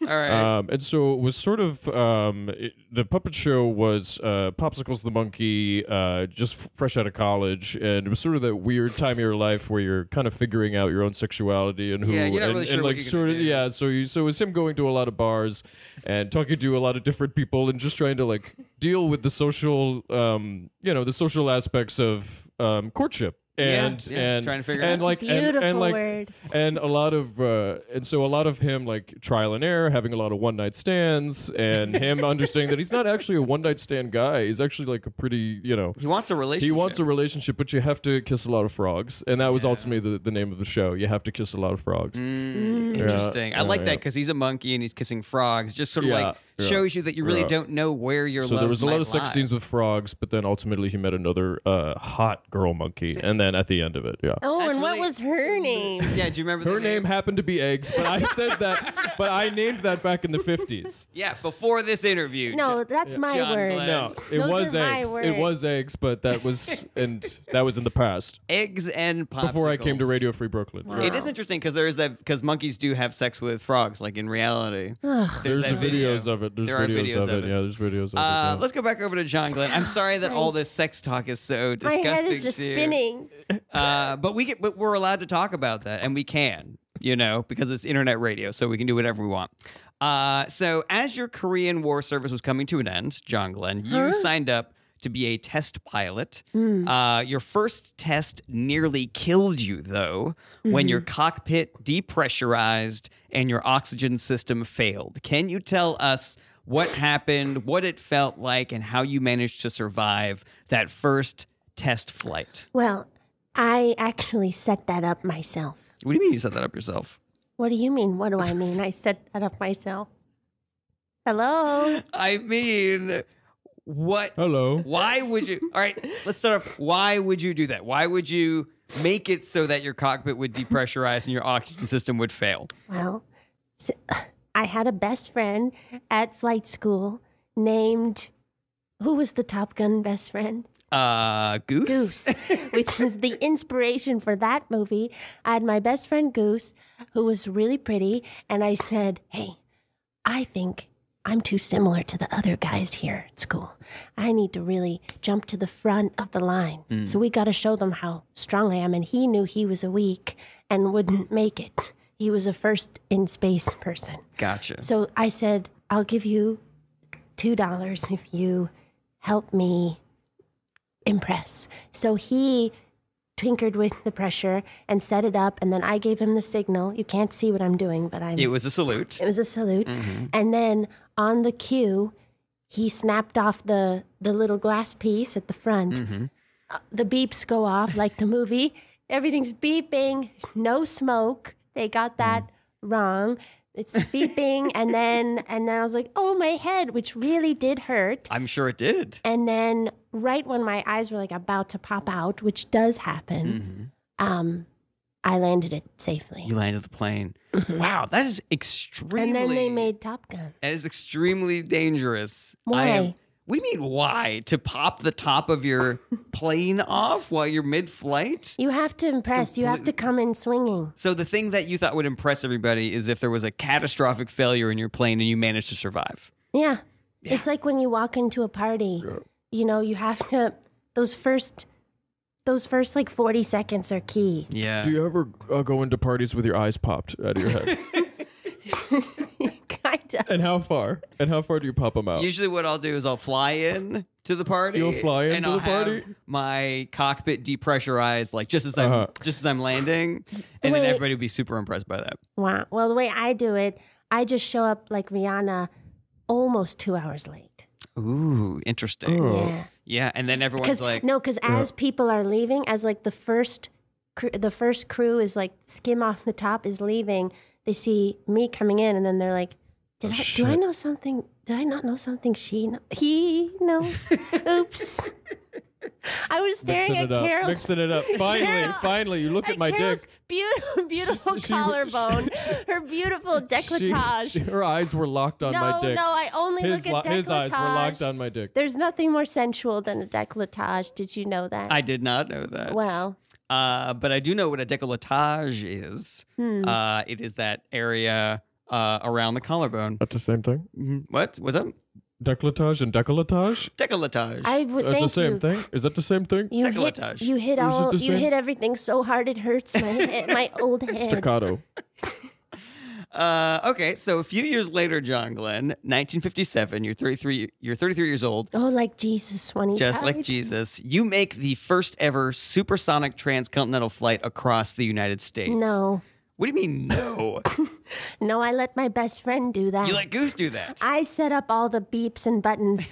A: All right.
B: Um, and so it was sort of um, it, the puppet show was uh, Popsicles the Monkey, uh, just f- fresh out of college, and it was sort of that weird time of your life where you're kind of figuring out your own sexuality and who,
A: Yeah, you're not
B: and,
A: really
B: and,
A: sure what
B: like
A: you're
B: sort
A: gonna
B: of
A: do.
B: yeah. So you so it was him going to a lot of bars and talking to a lot of different people and just trying to like deal with the social, um, you know, the social aspects of um, courtship.
A: Yeah,
B: And
A: yeah,
B: and
A: trying to figure it
B: and
A: out.
B: like and-
D: Beautiful
B: and like
D: word.
B: and a lot of uh, and so a lot of him like trial and error having a lot of one night stands
A: <laughs>
B: and him understanding that he's not actually a one night stand guy he's actually like a pretty you know
A: he wants a relationship. Hmm,
B: he wants a relationship but you have to kiss a lot of frogs and that was ultimately the, the name of the show you have to kiss a lot of frogs
A: Mm,
B: Yeah,
A: interesting. I like
B: yeah,
A: that
B: yeah.
A: because he's a monkey and he's kissing frogs. Just sort of like
B: Yeah, yeah,
A: shows you that you really
B: yeah.
A: don't know where your
B: so
A: love
B: there was a lot
A: might
B: of sex
A: lie.
B: scenes with frogs but then ultimately he met another uh, hot girl monkey and then at the end of it yeah
D: Oh,
A: That's
D: and what
A: really-
D: was
A: <laughs>
D: her name?
A: Yeah, do you remember
B: her
A: the
B: name happened to be eggs but i said that but i named that back in the 50s
A: Yeah, before this interview.
D: No, that's my
A: John
D: word.
A: Glenn.
B: No, it
D: Those
B: was
D: are my
B: eggs. It was
D: words.
B: eggs, but
D: <laughs>
B: that was and that was in the past
A: eggs and popsicles.
B: before I came to Radio Free Brooklyn.
D: Wow.
A: It is interesting because there is that because monkeys do have sex with frogs, like in reality.
D: Ugh.
A: There's
B: There's
A: that
B: the
A: video.
B: videos of it. There's
A: There are
B: videos,
A: videos
B: of
A: of
B: it.
A: it.
B: Yeah, there's videos of
A: Uh,
B: it. yeah.
A: let's go back over to John Glenn. I'm sorry that all this sex talk is so
D: My
A: disgusting.
D: head is just
A: to you.
D: spinning.
A: Uh, but we get, but we're allowed to talk about that, and we can, you know, because it's internet radio, so we can do whatever we want. Uh, so as your Korean War service was coming to an end, John Glenn, you
D: Huh?
A: signed up to be a test pilot.
D: Mm.
A: Uh, your first test nearly killed you, though, when your cockpit depressurized and your oxygen system failed. Can you tell us what happened, what it felt like, and how you managed to survive that first test flight?
D: Well, I actually set that up myself.
A: What do you mean you set that up yourself?
D: What do you mean? What do I mean? I set that up myself.
B: <laughs>
D: Hello.
A: I mean, what?
B: Hello.
A: Why would you? All right, let's start off. Why would you do that? Why would you make it so that your cockpit would depressurize and your oxygen system would fail?
D: Well, s I I had a best friend at flight school named who was the Top Gun best friend?
A: Uh, goose.
D: Goose, which is the inspiration for that movie. I had my best friend Goose, who was really pretty, and I said, Hey, I think I'm too similar to the other guys here at school. I need to really jump to the front of the line. So we got to show them how strong I am. And he knew he was a weak and wouldn't make it. He was a first in space person.
A: Gotcha.
D: So I said, I'll give you $2 if you help me impress. So he tinkered with the pressure and set it up. And then I gave him the signal. You can't see what I'm doing, but I'm.
A: It was a salute.
D: It was a salute. And then on the cue, he snapped off the, the little glass piece at the front. Uh, the beeps go off like the movie. Everything's beeping, no smoke. They got that wrong. It's beeping and then and then I was like, "Oh, my head," which really did hurt.
A: I'm sure it did.
D: And then right when my eyes were like about to pop out, which does happen, um I landed it safely.
A: You landed the plane. Wow, that is extremely.
D: Mm-hmm. and then they made Top Gun.
A: That is extremely dangerous.
D: Why?
A: I am, what do you mean, why? To pop the top of your plane off while you're mid flight?
D: You have to impress. You have to come in swinging.
A: So, the thing that you thought would impress everybody is if there was a catastrophic failure in your plane and you managed to survive.
D: Yeah. It's like when you walk into a party. You know, you have to those first those first like 40 seconds are key. <laughs>
A: Yeah.
B: Do you ever uh, go into parties with your eyes popped out of your head?
D: kind of.
B: and how far? And how far do you pop them out?
A: Usually, what I'll do is I'll fly in to the party.
B: You'll fly in
A: and
B: to the
A: I'll
B: party?
A: Have my cockpit depressurized, like just as I'm
B: Uh-huh.
A: just as I'm landing, and
D: Wait.
A: then everybody would be super impressed by that.
D: Wow. Well, the way I do it, I just show up like Rihanna almost 2 hours late.
A: Ooh,
B: Oh.
A: interesting.
D: Yeah.
A: Yeah, and then everyone's
D: because
A: like,
D: no because as people are leaving as like the first cr- the first crew is like skim off the top is leaving they see me coming in and then they're like did
B: Oh,
D: I, do I know something? Did I not know something she kn- he
B: <laughs>
D: knows? Oops. I was staring
B: Mixing
D: at
B: it up.
D: Carol's
B: Mixing it up.
D: <laughs>
B: Finally,
D: Carol-
B: finally, you look at my
D: Carol's
B: dick.
D: beautiful, beautiful
B: <laughs> she- she-
D: collarbone,
B: <laughs>
D: her beautiful decolletage.
B: She, she- her eyes were locked on
D: no,
B: my dick.
D: no, I only
B: his,
D: look at
B: lo-
D: decolletage.
B: his eyes were locked on my dick.
D: There's nothing more sensual than a decolletage. Did you know that?
A: I did not know that.
D: well,
A: Uh, but I do know what a décolletage is.
D: hmm.
A: Uh, it is that area uh, around the collarbone.
B: That's the same thing.
A: Mhm. What? What's up?
B: Decolletage and decolletage.
A: Décolletage.
D: I would
B: That's the
D: thank
B: same
D: you.
B: thing. Is that the same thing?
D: You hit,
A: Decolletage.
D: you hit
B: Is it
D: all
B: the
D: you
B: same?
D: hit everything so hard it
A: <laughs>
D: hurts my head, my old head.
B: Staccato.
A: Uh, okay, so a few years later, John Glenn, 1957, you're 33, you're 33 years old,
D: Oh, like Jesus when he
A: just like
D: died.
A: Jesus. You make the first ever supersonic transcontinental flight across the United States.
D: No,
A: What do you mean,
D: <coughs>
A: no?
D: no, I let my best friend do that.
A: you let Goose do that.
D: I set up all the beeps and buttons.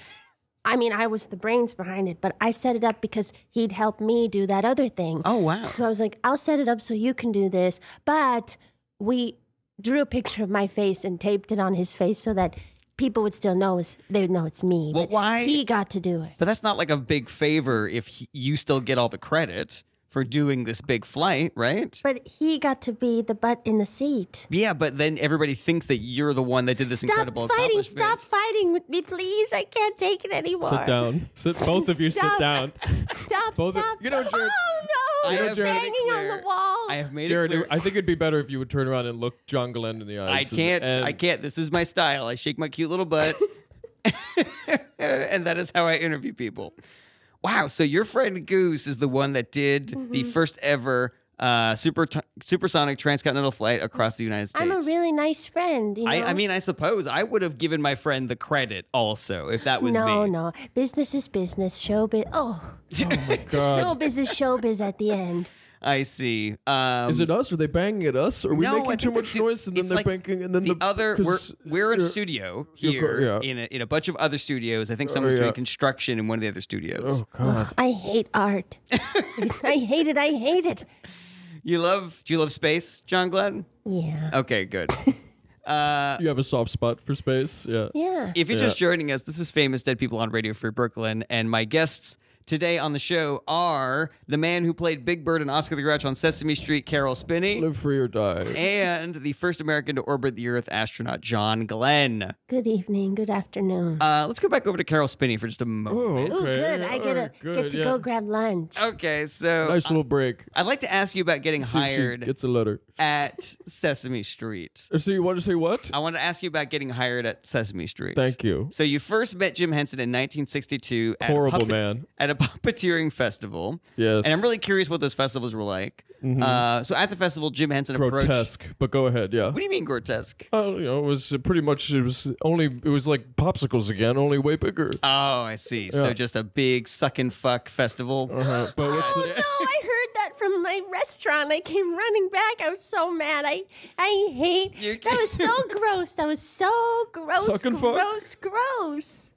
D: I mean, I was the brains behind it, but I set it up because he'd help me do that other thing.
A: oh, wow.
D: So I was like, I'll set it up so you can do this. But we drew a picture of my face and taped it on his face so that people would still know it's, they would know it's me.
A: Well,
D: but
A: why-
D: he got to do it?
A: But that's not like a big favor if he, you still get all the credit for doing this big flight, right?
D: But he got to be the butt in the seat.
A: yeah, but then everybody thinks that you're the one that did this
D: Stop
A: incredible
D: fighting!
A: accomplishment.
D: Stop fighting with me, please! I can't take it anymore.
B: Sit down. Sit. Both of you sit
D: Stop. <laughs>
B: down.
D: Stop!
B: Both of-
D: stop!
B: You know, Jared-
D: oh no!
A: I
D: It's
A: have made it
D: banging on
A: clear-
D: the wall.
A: I have made
B: Jared,
A: it clear.
B: I think it'd be better if you would turn around and look John Glenn in the
A: I
B: eyes. and-
A: can't.
B: and-
A: I can't. This is my style. I shake my cute little
B: <laughs>
A: butt, <laughs> and that is how I interview people. Wow. So your friend Goose is the one that did the
D: Mm-hmm.
A: first ever uh, super supersonic transcontinental flight across the United States.
D: I'm a really nice friend. You know?
A: I, I mean, I suppose I would have given my friend the credit also if that was
D: no,
A: me.
D: no. Business is business. Showbiz. Oh,
B: God.
D: showbiz is showbiz at the end.
A: I see. Um,
B: Is it us? Are they banging at us? Are we
A: no, I
B: making too
A: think
B: much
A: the-
B: noise and then
A: it's
B: they're
A: like
B: banking and then
A: the,
B: the,
A: other we're
B: 'cause
A: we're in a
B: you're-
A: studio
B: you're
A: here
B: cor- yeah. Oh,
A: in a, in a bunch of other studios. I think someone's
B: yeah.
A: doing construction in one of the other studios.
B: Oh god.
D: I hate
A: <laughs>
D: art. I hate it. I hate it.
A: You love? Do you love space, John Glenn?
D: Yeah.
A: Okay,
B: <laughs>
A: good. uh,
B: You have a soft spot for space? Yeah.
D: Yeah.
A: if you're
B: Yeah.
A: just joining us, this is Famous Dead People on Radio Free Brooklyn, and my guests today on the show are the man who played Big Bird and Oscar the Grouch on Sesame Street, Carol Spinney.
B: Live free or die.
A: and the first American to orbit the Earth, astronaut John Glenn.
D: Good evening. Good afternoon.
A: Uh, let's go back over to Carol Spinney for just a
B: Oh,
A: moment.
D: Ooh, good. I get a,
B: Good,
D: get to
B: yeah.
D: go grab lunch.
A: Okay, so
B: Oh. Nice little break.
A: I'd like to ask you about getting
B: See if she
A: Uh, hired
B: Gets a letter.
A: at Sesame Street.
B: So you want to say what?
A: I want to ask you about getting hired at Sesame Street.
B: Thank you.
A: So you first met Jim Henson in 1962 at a,
B: Horrible
A: puppet-
B: man.
A: at a <laughs> puppeteering festival.
B: Yes. Mm-hmm.
A: And I'm really curious what those festivals were like. Uh, so at the festival, Jim Henson approached.
B: grotesque. But go ahead. Yeah.
A: What do you mean grotesque?
B: Oh, you know, it was pretty much it was only it was like popsicles again, only way bigger.
A: Oh, I see. So
B: Yeah.
A: just a big suck and fuck festival. <laughs>
B: Uh-huh. But what's <laughs>
D: Oh
B: the,
D: no! I heard that from my restaurant. I came running back. I was so mad. I I hate.
A: You-
D: that was so
B: <laughs>
D: gross. That was so gross.
B: Suck and fuck?
D: gross. Gross.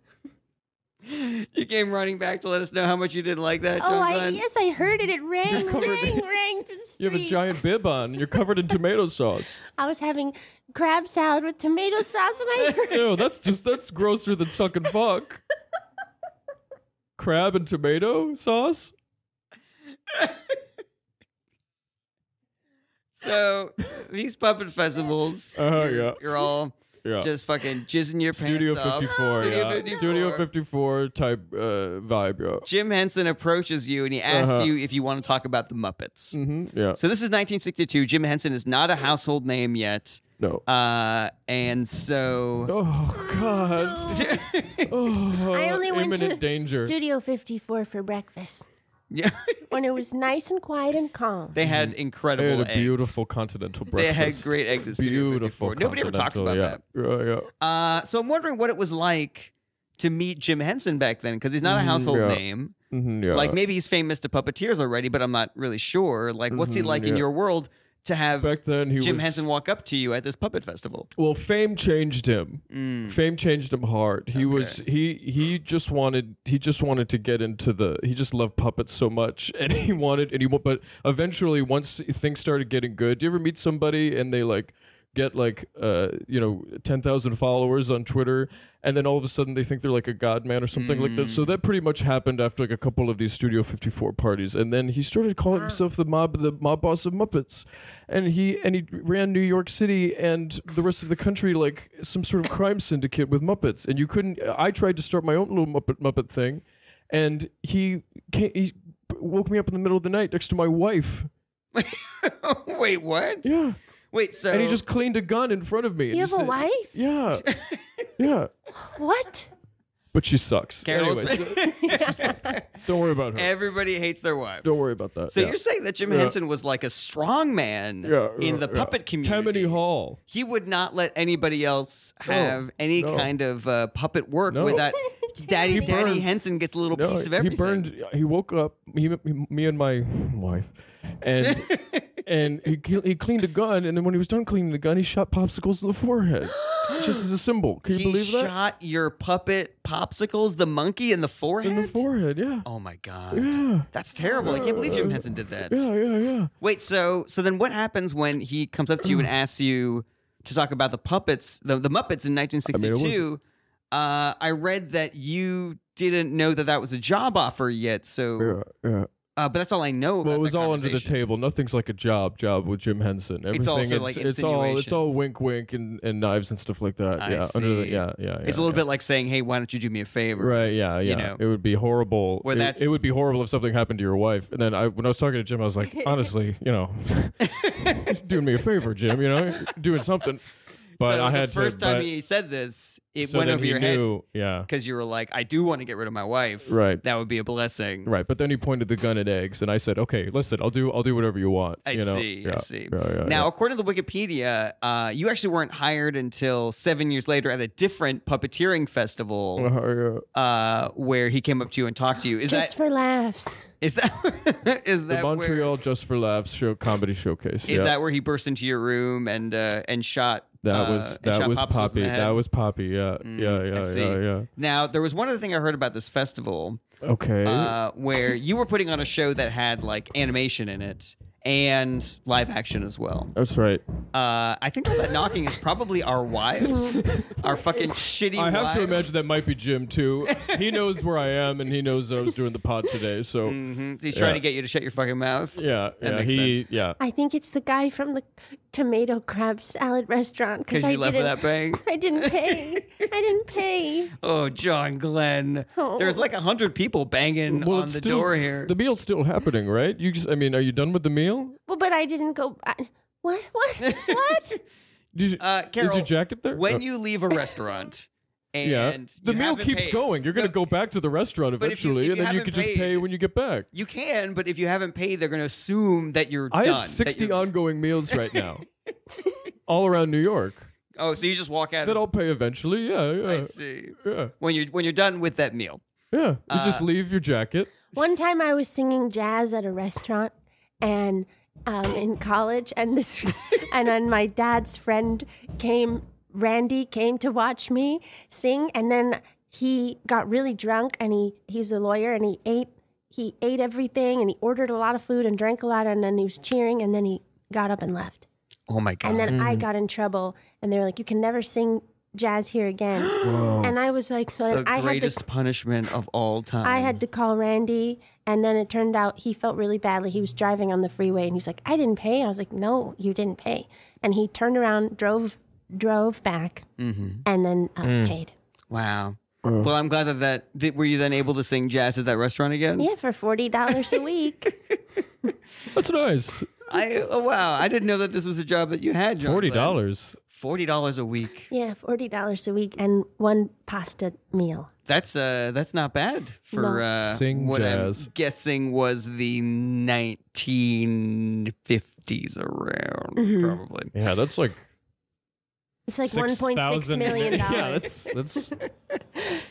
A: You came running back to let us know how much you didn't like that, John
D: Oh, I,
A: Glenn.
D: yes, I heard it. It rang,
B: covered <laughs>
D: rang,
B: in-
D: rang through the street.
B: you have a giant bib on. You're covered in
A: <laughs>
B: tomato sauce.
D: I was having crab salad with tomato sauce, and <laughs>
B: <laughs>
D: I heard
B: Ew, that's just that's grosser than suck and fuck. Crab and tomato sauce?
A: So these puppet
B: <laughs>
A: festivals,
B: Uh-huh,
A: you're,
B: yeah.
A: you're all
B: Yeah.
A: just fucking jizzing your
B: Studio
A: pants off.
B: 54,
A: Studio
B: yeah.
A: 54.
B: Studio 54 type uh, vibe, yeah.
A: Jim Henson approaches you and he asks
B: Uh-huh.
A: you if you want to talk about the Muppets.
B: hmm Yeah.
A: So this is 1962. Jim Henson is not a household name yet,
B: No.
A: uh, and so <laughs>
B: Oh God.
D: <laughs>
B: Oh,
D: I only went
B: imminent
D: to
B: danger.
D: Studio 54 for breakfast
A: yeah,
D: when it was nice and quiet and calm.
A: they had
B: they
A: incredible,
B: had a
A: eggs.
B: beautiful continental
A: They
B: breakfast.
A: had great eggs at Studio
B: Beautiful.
A: 54. Nobody ever talks about that.
B: that. Yeah, yeah.
A: Uh, so I'm wondering what it was like to meet Jim Henson back then, because he's not a
B: Mhm,
A: household
B: yeah.
A: name.
B: Mhm, yeah.
A: Like maybe he's famous to puppeteers already, but I'm not really sure. Like, what's he
B: Mhm,
A: like in
B: yeah.
A: your world to have
B: back then he
A: Jim
B: was
A: Henson walk up to you at this puppet festival? <laughs>
B: well fame changed him
A: Mm.
B: fame changed him hard he was he he just wanted he just wanted to get into the he just loved puppets so much <laughs> and he wanted and he wa- but eventually once things started getting good do you ever meet somebody and they like get like uh you know 10,000 followers on Twitter and then all of a sudden they think they're like a god man or something like that so that pretty much happened after like a couple of these studio 54 parties and then he started calling himself the mob the mob boss of muppets and he and he ran New York City and the rest of the country like some sort of crime syndicate with muppets and you couldn't I tried to start my own little muppet muppet thing and he came, he woke me up in the middle of the night next to my wife
A: Wait, what?
B: yeah
A: Wait, so
B: and he just cleaned a gun in front of me and
D: You have
B: just
D: a
B: said-
D: wife?
B: yeah. Yeah.
D: What?
B: But she sucks.
A: Carol's-
B: Anyways,
A: <laughs>
B: <laughs> don't worry about her.
A: everybody hates their wives.
B: don't worry about that.
A: So
B: yeah.
A: you're saying that Jim
B: Yeah.
A: Henson was like a strong man
B: Yeah,
A: in
B: yeah,
A: the
B: yeah.
A: puppet community?
B: Tammany Hall.
A: he would not let anybody else
B: No,
A: have any
B: no.
A: kind of uh, puppet work
B: No.
A: without Daddy
D: He
A: Danny
B: burned-
A: Henson gets a little
B: No,
A: piece of
B: he
A: everything.
B: burned. He woke up. He, he- me and my wife,
A: <laughs>
B: and and he ki- he cleaned a gun. And then when he was done cleaning the gun, he shot popsicles to
A: <gasps>
B: the forehead, just as a symbol. Can you
A: He
B: believe that?
A: shot your puppet popsicles, the monkey in the forehead.
B: In the forehead. Yeah.
A: Oh my god,
B: Yeah.
A: that's terrible! I can't believe Jim Henson did that.
B: Yeah. Yeah. Yeah.
A: Wait, so so then what happens when he comes up to
B: <clears throat>
A: you and asks you to talk about the puppets, the, the Muppets in 1962? I, uh, I read that you didn't know that that was a job offer yet. So,
B: Yeah. yeah.
A: uh, but that's all I know. About
B: Well, it was
A: that
B: all under the
A: conversation.
B: table. Nothing's like a job job with Jim Henson. Everything
A: also
B: it's,
A: like
B: it's all it's
A: insinuation.
B: all wink wink and, and knives and stuff like that.
A: I
B: yeah, under the,
A: see.
B: yeah, yeah,
A: It's a
B: yeah,
A: little
B: yeah.
A: bit like saying, "Hey, why don't you do me a favor?"
B: Right, yeah, yeah.
A: you know.
B: it would be horrible.
A: Where
B: it,
A: that's-
B: it would be horrible if something happened to your wife. And then I, when I was talking to Jim, I was like,
A: <laughs>
B: honestly, you know, <laughs> doing me a favor, Jim. You know, doing something. But
A: so
B: I
A: the
B: had
A: first
B: to.
A: time
B: but-
A: he said this, it
B: So
A: went
B: then
A: over
B: he
A: your head
B: knew, Yeah.
A: because you were like, I do want to get rid of my wife.
B: Right.
A: That would be a blessing.
B: Right, but then he pointed the gun at eggs, and I said, "Okay, listen, I'll do, I'll do whatever you want."
A: I
B: you know?
A: see. I
B: Yeah,
A: see.
B: yeah, yeah,
A: now,
B: yeah.
A: according to the Wikipedia, uh, you actually weren't hired until seven years later at a different puppeteering festival
B: Uh, yeah.
A: uh, where he came up to you and talked to you. Is
D: Just
A: that
D: for laughs.
A: is that <laughs> is
B: the
A: that where,
B: Montreal Just for Laughs show comedy showcase.
A: is
B: yeah.
A: that where he burst into your room and uh, and shot
B: That
A: uh,
B: was
A: and
B: that
A: shot
B: was
A: popsicles in
B: Poppy.
A: the head? Mm,
B: That was Poppy. Yeah,
A: I
B: yeah,
A: see.
B: yeah, yeah,
A: Now there was one other thing I heard about this festival.
B: yeah. Okay.
A: uh, where you were putting on a show that had like animation in it and live action as well.
B: That's right.
A: Uh, I think all that knocking is probably our wives,
D: <laughs>
A: our fucking shitty.
B: I have to
A: wives.
B: imagine that might be
A: <laughs>
B: Jim too. he knows where I am, and he knows that I was doing the pod today. So
A: Mhm. He's trying
B: Yeah.
A: to get you to shut your fucking mouth.
B: yeah, yeah,
A: makes
B: he
A: sense.
B: yeah.
D: I think it's the guy from the tomato crab salad restaurant
A: 'Cause
D: because
A: you
D: I
A: left
D: didn't.
A: without paying?
D: <laughs> I didn't pay. I
A: <laughs>
D: didn't pay.
A: Oh, John Glenn.
D: Oh.
A: There's like a hundred people banging
B: Well,
A: on
B: it's
A: the
B: still,
A: door here.
B: The meal's still happening, right? You just, I mean, are you done with the meal?
D: Well, but I didn't go. I, what?
A: <laughs>
D: What? What?
B: Did you,
A: Uh, Carol,
B: is your jacket there?
A: when
B: <laughs> Oh,
A: you leave a restaurant, and
B: <laughs> yeah, the
A: you
B: meal
A: haven't
B: keeps
A: paid-
B: going. You're gonna go back to the restaurant
A: But if you-
B: eventually,
A: if
B: and
A: you
B: then you
A: haven't
B: can just
A: paid-
B: pay when you get back.
A: You can, but if you haven't paid, they're going to assume that you're
B: I
A: done.
B: have
A: that
B: 60
A: you're-
B: ongoing
A: <laughs>
B: meals right now, all around New York.
A: Oh, so you just walk out.
B: That
A: of-
B: I'll pay eventually. Yeah,
A: I
B: yeah,
A: see.
B: yeah,
A: when you're when you're done with that meal.
B: yeah. You just
A: Uh,
B: leave your jacket.
D: One time I was singing jazz at a restaurant and um, in college and this <laughs> and then my dad's friend came Randy came to watch me sing and then he got really drunk and he he's a lawyer and he ate he ate everything and he ordered a lot of food and drank a lot and then he was cheering and then he got up and left.
A: Oh my god!
D: And then I got in trouble and they were like you can never sing jazz here
A: <gasps>
D: again. and I was like so
A: the
D: then I had to
A: greatest punishment of all time.
D: I had to call Randy, and then it turned out he felt really badly. He was driving on the freeway, and he's like, "I didn't pay." I was like, "No, you didn't pay." And he turned around, drove, drove back, and then uh,
B: Mm.
D: paid.
A: Wow.
D: Uh.
A: Well, I'm glad that that that- were you then able to sing jazz at that restaurant again?
D: Yeah, for forty dollars a week.
B: That's nice.
A: I oh, wow! I didn't know that this was a job that you had. John
B: Forty
A: Glenn.
B: dollars.
A: Forty dollars a week.
D: yeah, forty dollars a week and one pasta meal.
A: That's uh that's not bad for
D: No.
A: uh,
B: Sing
A: what
B: jazz.
A: I'm guessing was the 1950s around
D: Mm-hmm.
A: probably.
B: Yeah, that's like
D: It's like one
B: six
D: point six
B: <laughs> thousand.
D: million dollars.
B: yeah, that's that's.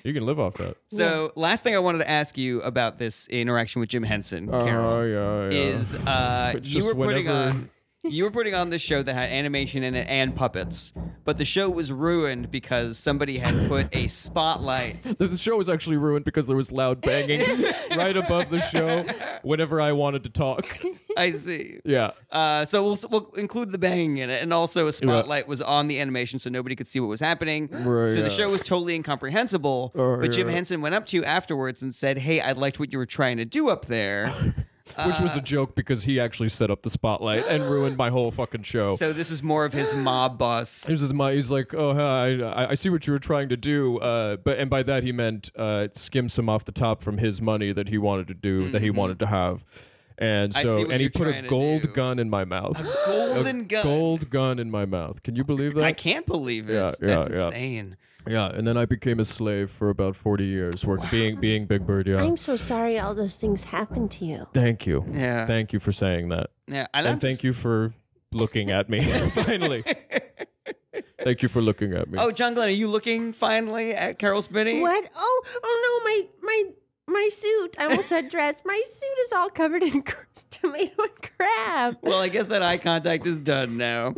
B: You can live off that.
A: So, last thing I wanted to ask you about this interaction with Jim Henson,
B: Oh
A: Carol.
B: yeah, yeah.
A: is
B: <laughs>
A: uh,
B: It's
A: you
B: just
A: were putting
B: whenever-
A: on you were putting on this show that had animation in it and puppets, but the show was ruined because somebody had put
B: <laughs>
A: a spotlight.
B: the the show was actually ruined because there was
D: <laughs>
B: loud banging right above the show whenever I wanted
D: <laughs>
B: to talk.
A: I see.
B: Yeah.
A: Uh, so we'll, we'll include the banging in it, and also a spotlight was on the animation, so nobody could see what was happening.
B: Right,
A: so
B: yeah.
A: the show was totally incomprehensible.
B: Oh,
A: but Jim
B: yeah.
A: Henson went up to you afterwards and said, "Hey, I liked what you were trying to do up there." Uh,
B: Which was a joke because he actually set up the spotlight and ruined my whole fucking show.
A: So this is more of his mob boss.
B: <laughs> He's just my. He's like, oh, hi, I, I see what you were trying to do, uh, but and by that he meant uh, skim some off the top from his money that he wanted to do, that he wanted to have, and
A: Mm-hmm. I see
B: so
A: what
B: and he
A: you're
B: put
A: trying
B: a
A: to
B: gold
A: do.
B: gun in my mouth,
A: Golden gun.
B: gold gun in my mouth. Can you believe that?
A: I can't believe it.
B: Yeah,
A: That's
B: yeah, yeah.
A: insane.
B: Yeah, and then I became a slave for about forty years, work, being being Big Bird. Yeah,
D: I'm so sorry all those things happened to you.
B: thank you,
A: Yeah.
B: thank you for saying that,
A: Yeah, and,
B: and thank you for looking at me
A: <laughs>
B: <laughs> finally. thank you for looking at me.
A: Oh, John Glenn, are you looking finally at Carol's Mini?
D: What? Oh, oh no, my my my suit. I almost said dress. My suit is all covered in <laughs> tomato and crab.
A: Well, I guess that eye contact is done
D: <laughs>
A: now.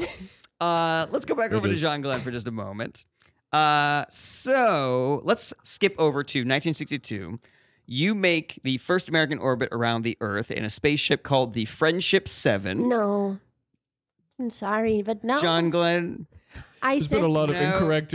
A: Uh, let's go back over to
B: is.
A: John Glenn for just a moment. Uh, so let's skip over to 1962. You make the first American orbit around the Earth in a spaceship called the Friendship Seven.
D: No. I'm sorry, but no.
A: John Glenn,
D: I
B: There's been
D: sent
B: a lot of
A: No.
B: incorrect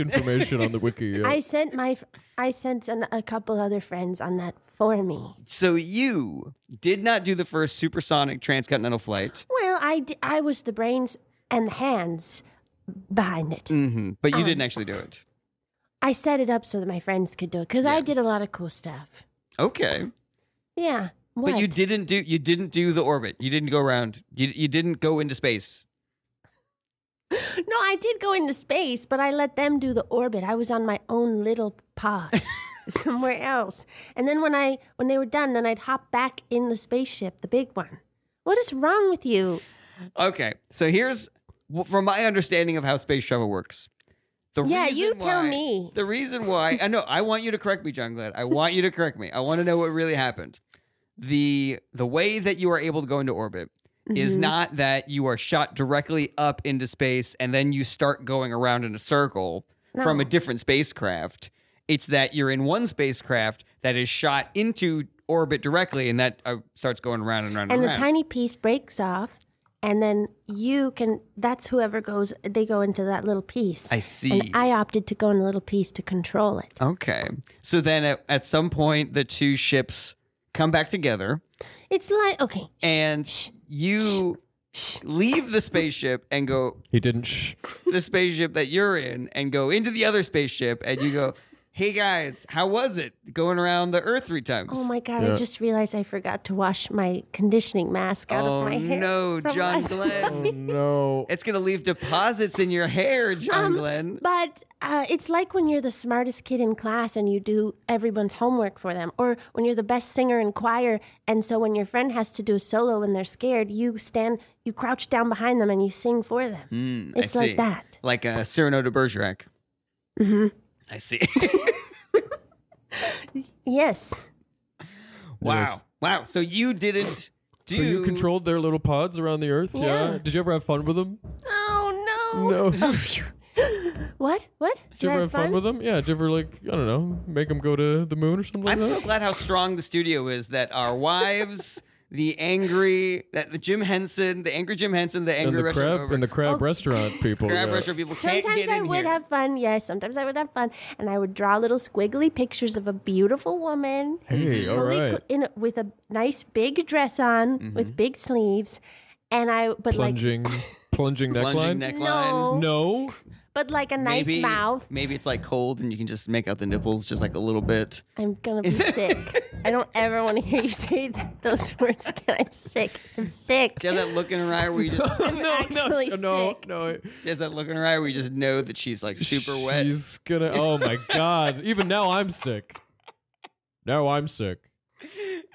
D: <laughs>
B: information on the wiki. yeah.
D: I sent my f- I sent an, a couple other friends on that for me.
A: so you did not do the first supersonic transcontinental flight,
D: Well, I di- I was the brains and the hands behind
B: Mm.
D: it.
A: hmm but you
D: Um.
A: didn't actually do it.
D: I set it up so that my friends could do it cuz I did a lot of cool stuff.
A: Okay.
D: Yeah. What?
A: But you didn't do you didn't do the orbit. You didn't go around. You you didn't go into space.
D: No, I did go into space, but I let them do the orbit. I was on my own little
B: <laughs>
D: pod somewhere else. And then when I when they were done, then I'd hop back in the spaceship, the big one. What is wrong with you?
A: Okay, so here's w- from my understanding of how space travel works. The
D: Yeah, you
A: reason
D: tell
A: why-
D: me.
A: The reason why I know I want you to correct me, John Glad. I want you to correct me. I want to know what really happened. The the way that you are able to go into orbit is
D: Mhm.
A: not that you are shot directly up into space and then you start going around in a circle from a
D: No.
A: different spacecraft. It's that you're in one spacecraft that is shot into orbit directly and that uh, starts going around and around and,
D: and the
A: around.
D: tiny piece breaks off and then you can that's whoever goes they go into that little piece
A: I see.
D: and i opted to go in a little piece to control it
A: Okay. So then at, at some point, the two ships come back together
D: it's like okay shh, shh,
A: and you
D: shh.
A: leave the spaceship and go,
B: He
D: <laughs>
B: didn't. Sh-
A: the spaceship that you're in, and go into the other spaceship and you go, hey guys, how was it going around the Earth three times?
D: oh my god i
B: Yeah.
D: just realized i forgot to wash my conditioning mask out
A: Oh,
D: of my hair
A: no,
D: <laughs> from
A: John
D: last
A: Glenn.
D: night.
B: <laughs> oh no.
A: It's going to leave deposits in your hair, John
D: Um,
A: Glenn.
D: But uh, it's like when you're the smartest kid in class and you do everyone's homework for them, or when you're the best singer in choir, and so when your friend has to do a solo and they're scared, you stand, you crouch down behind them and you sing for them.
A: Hmm, I
D: it's like
A: see.
D: that.
A: Like a Cyrano de Bergerac.
D: hmm
A: I see. <laughs>
D: Yes.
A: wow. Wow. So you didn't do.
B: So you controlled their little pods around the Earth?
D: Yeah.
B: Did you ever have fun
D: <laughs>
B: with them?
D: Oh
B: No. <laughs> Did
D: What? What? Did
B: you
D: I
B: ever
D: have fun?
B: with them? Yeah. Did you ever like I don't know, make them go to the moon or something like
A: I'm so
B: that?
A: glad how strong the studio is that our wives, the angry, that the Jim Henson, the angry Jim Henson, the
B: and
A: angry
B: the
A: restaurant
B: crab
A: over,
B: and the crab
D: Oh.
B: restaurant
D: <laughs>
B: people.
A: crab
B: yeah.
A: restaurant people can't
D: Sometimes
A: get
D: I
A: in
D: would
A: here.
D: have fun. Yes, sometimes I would have fun, and I would draw little squiggly pictures of a beautiful woman.
B: Hey, all
D: fully
B: right.
D: Mm-hmm. cl- in a- with a nice big dress on
A: Mm-hmm.
D: with big sleeves and i but <laughs>
B: plunging, plunging neckline.
A: plunging
D: like
A: neckline.
D: no
B: No.
D: but like a nice
A: maybe,
D: mouth
A: Maybe it's like cold and you can just make out the nipples just like a little bit.
D: i'm
A: <laughs>
D: gonna be sick i don't ever want to hear you say <laughs> that, those words again i'm sick i'm sick
A: She has that look in her eye where you just
D: <laughs>
B: <laughs>
D: i'm actually
B: no, no,
D: sick
B: no.
A: she has that look in her eye where you just know that she's like super wet.
B: She's gonna. Oh
D: <laughs>
B: my god! Even now, I'm sick. Now I'm sick.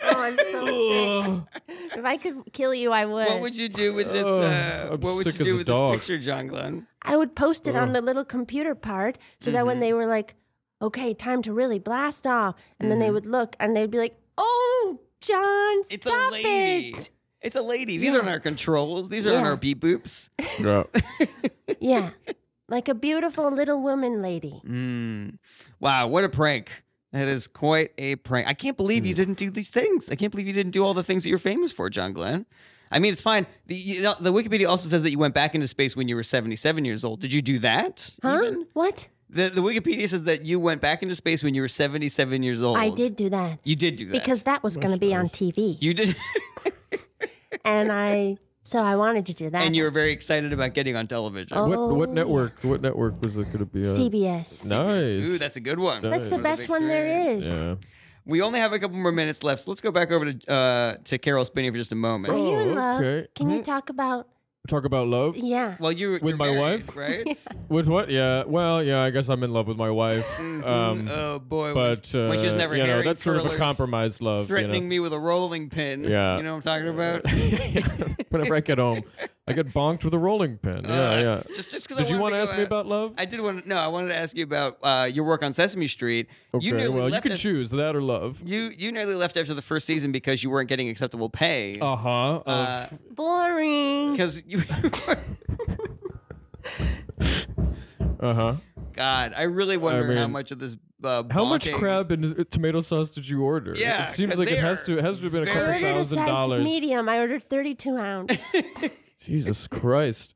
D: oh i'm so sick <laughs>
B: Ugh.
D: if i could kill you i would,
A: What would you do with this?
B: Oh,
A: Uh,
B: I'm
A: what would
B: sick
A: you
B: as
A: do
B: a
A: with
B: dog.
A: this picture, John Glenn?
D: i would post it on
B: Ugh.
D: the little computer part so that when
A: Mhm.
D: they were like okay time to really blast off and then they
A: Mhm.
D: would look and they'd be like oh john stop
A: It's a lady.
D: it
A: It's a lady. These
D: Yeah.
A: aren't our controls. These aren't
D: Yeah.
A: our beep boops.
B: Yeah.
D: <laughs> Yeah. Like a beautiful little woman lady.
A: Mm. Wow, what a prank. That is quite a prank. I can't believe you
D: Hmm.
A: didn't do these things. I can't believe you didn't do all the things that you're famous for, John Glenn. I mean, it's fine. The, you know, the Wikipedia also says that you went back into space when you were 77 years old. Did you do that?
D: Huh?
A: <laughs> even?
D: What?
A: The, the Wikipedia says that you went back into space when you were 77 years old.
D: I did do that
A: You did do that.
D: because that was going to be on TV.
A: you did. <laughs>
D: <laughs> and I, so I wanted to do that. <laughs>
A: and you were very excited about getting on television.
D: Uh-huh. Oh.
B: What what
D: yeah.
B: network? What network was it gonna be on?
D: CBS.
B: Nice.
A: Ooh, that's a good one.
D: That's the
B: Nice.
D: best one there is.
B: yeah.
A: We only have a couple more minutes left, so let's go back over to uh, to Carol Spinney for just a moment.
D: Are you
B: Oh,
D: in love?
B: okay.
D: Can
A: Mm-hmm.
D: you
B: Mhm.
D: talk about,
B: Talk about love.
D: yeah.
A: Well, you
B: With my wife?
A: <laughs> right?
B: With what? Yeah. Well, yeah. I guess I'm in love with my wife.
A: Mm,
B: Um,
A: oh boy, when-
B: but uh,
A: when she's never
B: you know,
A: hairy,
B: that's sort of a
A: curlers,
B: compromised love. you know?
A: threatening me with a rolling pin.
B: Yeah.
A: you know what I'm talking about.
B: <laughs> Whenever I get home, I get bonked with a rolling pin.
A: Uh,
B: yeah, yeah.
A: Just just because
B: Did you
A: want
B: want to ask me about love?
A: I did want to. No, I wanted to ask you about uh, your work on Sesame Street.
B: okay,
A: you nearly
B: well, you
A: left
B: can
A: af-
B: choose that or love.
A: You you nearly left after the first season because you weren't getting acceptable pay.
B: Uh-huh.
A: Uh,
D: Boring.
A: because you, <laughs>
B: uh huh.
A: God, I really wonder how
B: mean,
A: much of this. Uh,
B: How much
A: bonking-
B: crab and uh, tomato sauce did you order?
A: Yeah,
B: it seems
A: 'cause
B: like
A: they
B: it has
A: are
B: to it has to have been a
D: I
B: couple
A: very-
D: ordered a
B: thousand
D: size
B: dollars.
D: medium. I ordered 32
A: <laughs>
D: ounce.
B: Jesus Christ!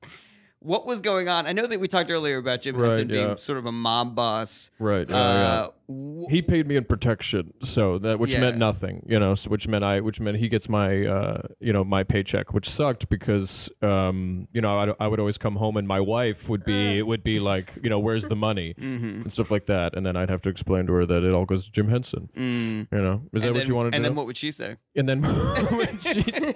A: What was going on? I know that we talked earlier about Jim
B: Right,
A: Henson
B: yeah.
A: being sort of a mob boss.
B: Right. yeah, yeah.
A: Uh, w-
B: He paid me in protection, so that which
A: Yeah.
B: meant nothing, you know, so which meant I, which meant he gets my, uh, you know, my paycheck, which sucked because, um, you know, I, I would always come home and my wife would be,
A: Uh.
B: it would be like, you know, where's the money
A: Mm. mm-hmm,
B: and stuff like that, and then I'd have to explain to her that it all goes to Jim Henson,
A: mm.
B: you know, is that
A: and
B: what
A: then-
B: you want
D: <laughs>
B: to
A: And <laughs>
B: <laughs> do?
A: then what would she say?
B: and then, Jeez.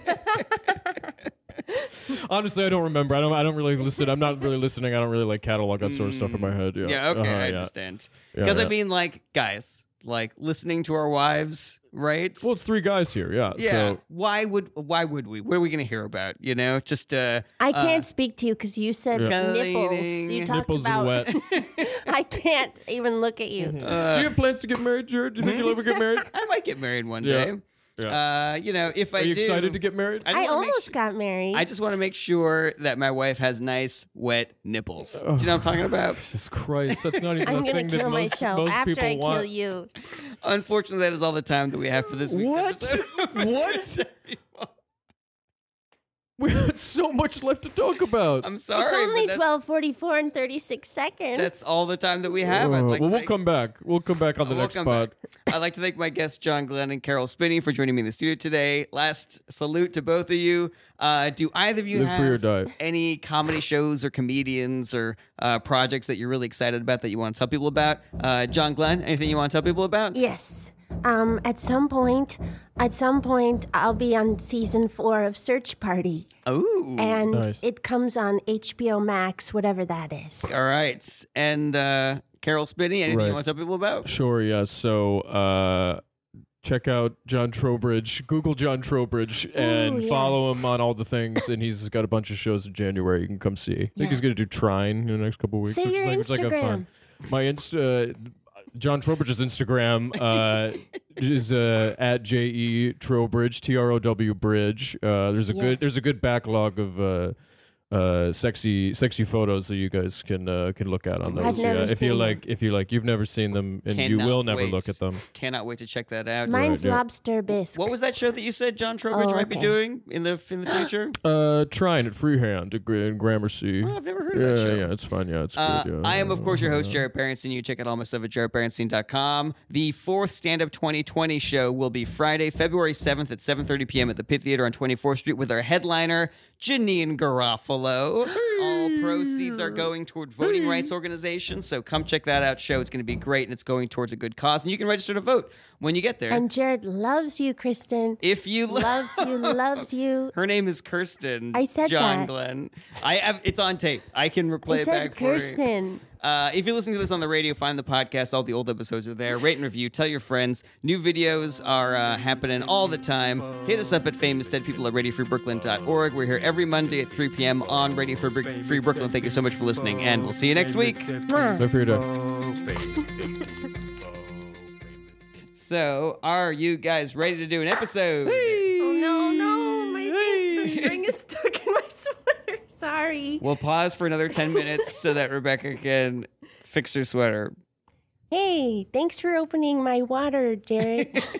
B: Honestly, I don't remember. I don't. I don't really listen. I'm not really listening. I don't really like catalog that sort of stuff in my head. Yeah.
A: Mm. Yeah, okay,
B: Uh-huh,
A: I
B: yeah.
A: understand.
B: Yeah,
A: Because
B: yeah.
A: I mean, like, guys, like listening to our wives, right?
B: Well, it's three guys here. Yeah.
A: yeah.
B: So
A: why would why would we? What are we gonna hear about? You know, just uh,
D: I
A: uh,
D: can't speak to you because you said
A: Yeah.
D: nipples.
A: Collating.
D: You talked
B: nipples
D: about.
B: and
D: <laughs>
B: wet. Mm-hmm.
D: I can't even look at you.
A: Uh,
B: Do you have plans to get married, Jared? Do you think you'll ever get
A: <laughs>
B: married?
A: <laughs> I might get married one
B: Yeah.
A: day.
B: Yeah.
A: Uh, you know, if I
B: Are you
A: do,
B: excited to get married?
A: I,
D: I
A: just wanna make
D: almost
A: su-
D: got married.
A: I just want to make sure that my wife has nice wet nipples. Do you know what I'm talking about?
B: <laughs> Jesus Christ, that's not even
D: I'm
B: a
D: gonna
B: thing that
D: kill
B: most,
D: myself
B: most
D: after
B: people
D: I
B: want.
D: kill you.
A: Unfortunately, that is all the time that we have for this week's
B: What?
A: episode.
B: <laughs>
A: <laughs>
B: What? We had so much left to talk about.
A: I'm sorry.
D: it's
A: but
D: only
A: that's-
D: 12:44 and 36 seconds.
A: That's all the time that we have.
B: Uh,
A: I'd like
B: well,
A: to
B: we'll
A: thank-
B: come back. We'll come back on the
A: We'll
B: next
A: come
B: pod.
A: I'd like to thank my guests, John Glenn and Carol Spinney, for joining me in the studio today. Last salute to both of you. Uh, do either of you
B: Live
A: have
B: free or die.
A: any comedy shows or comedians or uh, projects that you're really excited about that you want to tell people about? Uh, John Glenn, anything you want to tell people about?
D: Yes. Um, at some point, at some point, I'll be on season four of Search Party,
A: Oh.
D: and
B: Nice.
D: it comes on HBO Max, whatever that is.
A: All right. And uh, Carol Spinney, anything
B: Right.
A: you want to tell people about?
B: Sure, yeah. So uh, check out John Trowbridge. Google John Trowbridge and
D: yes.
B: follow him on all the things. And he's got a bunch of shows in January you can come see. I think
D: Yeah.
B: he's going to do Trine in the next couple of weeks.
D: Say
B: which
D: your
B: is like, it's like a fun. My Insta. John Trowbridge's Instagram
D: <laughs>
B: uh, is uh, at J E Trowbridge T R O W Bridge. Uh, there's a
D: Yeah.
B: good there's a good backlog of uh, uh, sexy sexy photos that you guys can uh, can look at on those.
D: I've never
B: yeah, if you
D: seen
B: like if you like you've never seen them and you
A: Cannot
B: will never
A: wait.
B: look at them.
A: Cannot wait to check that out.
D: Mine's
B: yeah.
D: lobster bisque.
A: what was that show that you said John Trowbridge
D: Oh,
A: might be
D: okay.
A: doing in the in the future?
B: Uh, trying at freehand at Gra- in Gramercy.
A: Well, Oh, I've never heard
B: yeah,
A: of that show.
B: yeah, it's fine. Yeah, it's
A: Uh,
B: good. Yeah,
A: I am, of course, your host,
B: yeah.
A: Jared Berenstein. You check out all my stuff at jaredberenstein.com. The fourth Stand Up 2020 show will be Friday, February 7th at 7.30 p.m. at the Pit Theater on 24th Street with our headliner, Janine Garofalo. all proceeds are going toward voting rights organizations, so come check that out show. It's going to be great, and it's going towards a good cause. And you can register to vote when you get there.
D: and Jared loves you,
A: <laughs>
D: Kristen.
A: if you lo-
D: loves you, loves you.
A: Her name is Kirsten.
D: I said
A: John
D: that.
A: Glenn. I have, it's on tape. I can replay
D: I
A: it
D: said
A: back for you.
D: Kirsten.
A: Uh, if you're listening to this on the radio, find the podcast. All the old episodes are there. Rate and review. Tell your friends. New videos are uh, happening all the time. Hit us up at famous dead people at radiofreebrooklyn.org. We're here every Monday at 3 p.m. on Radio Free, Brick- Free Brooklyn. Thank you so much for listening, and we'll see you next week.
D: Mwah.
B: Live free or die.
A: So, are you guys ready to do an episode?
D: Oh no, no,
A: <laughs>
D: my the string is stuck in my <laughs> sweater. Sorry.
A: We'll pause for another 10 minutes so that Rebecca can fix her sweater.
D: Hey, thanks for opening my water, Jared.
A: <laughs>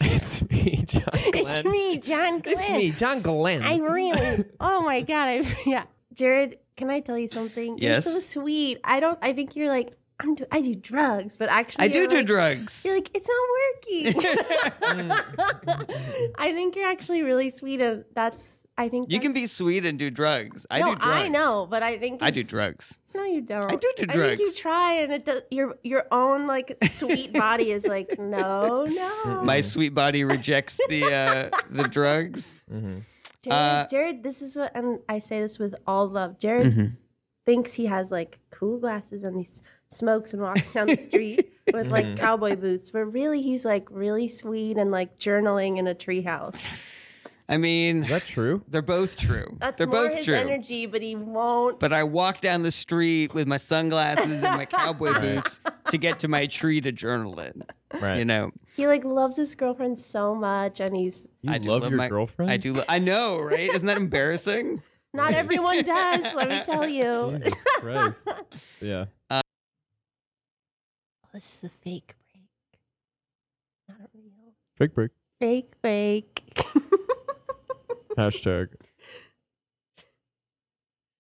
F: It's me, John Glenn.
D: it's me, John Glenn.
F: It's me, John Glenn.
D: I really. Oh my god. I <laughs> yeah. Jared, can I tell you something?
A: Yes.
D: You're so sweet. I don't. I think you're like. I'm. Do, I do drugs, but actually,
A: I do
D: you're
A: do
D: like-
A: drugs.
D: You're like it's not
A: <laughs>
D: working. <laughs> I think you're actually really sweet, and that's. I think
A: You can
D: that's-
A: be sweet and do drugs. I
D: no,
A: do drugs.
D: I know, but I think
A: I do
D: it's-
A: drugs.
D: No, you don't.
A: do do
D: I think you
A: drugs.
D: try, and it does. Your your own like sweet body
A: <laughs>
D: is like no, no.
A: My sweet body rejects the uh, the drugs.
B: Mm-hmm.
D: Jared,
A: Uh, Mm-hmm.
D: Jared, this is what, and I say this with all love. Jared thinks he has like cool glasses and he s- smokes and walks down
A: <laughs>
D: the street with like
A: Mm-hmm.
D: cowboy boots, but really he's like really sweet and like journaling in
A: <laughs>
D: a treehouse.
A: I mean,
B: Is that true?
A: they're both true.
D: That's
A: they're
D: more
A: both
D: his
A: true.
D: energy, but he won't.
A: But I walk down the street with my sunglasses and my cowboy boots to get to my tree to journal in.
B: Right.
A: <laughs> You know,
D: He like loves his girlfriend so much, and he's
B: You
A: I do
B: love,
A: love
B: your
A: my-
B: girlfriend?
A: I do. Lo- I know, right? Isn't that embarrassing?
D: not everyone does.
A: <laughs>
D: Let me tell you.
B: Jesus Christ. yeah.
D: This is a fake break, not a real
B: Big break.
D: fake break.
B: Hashtag.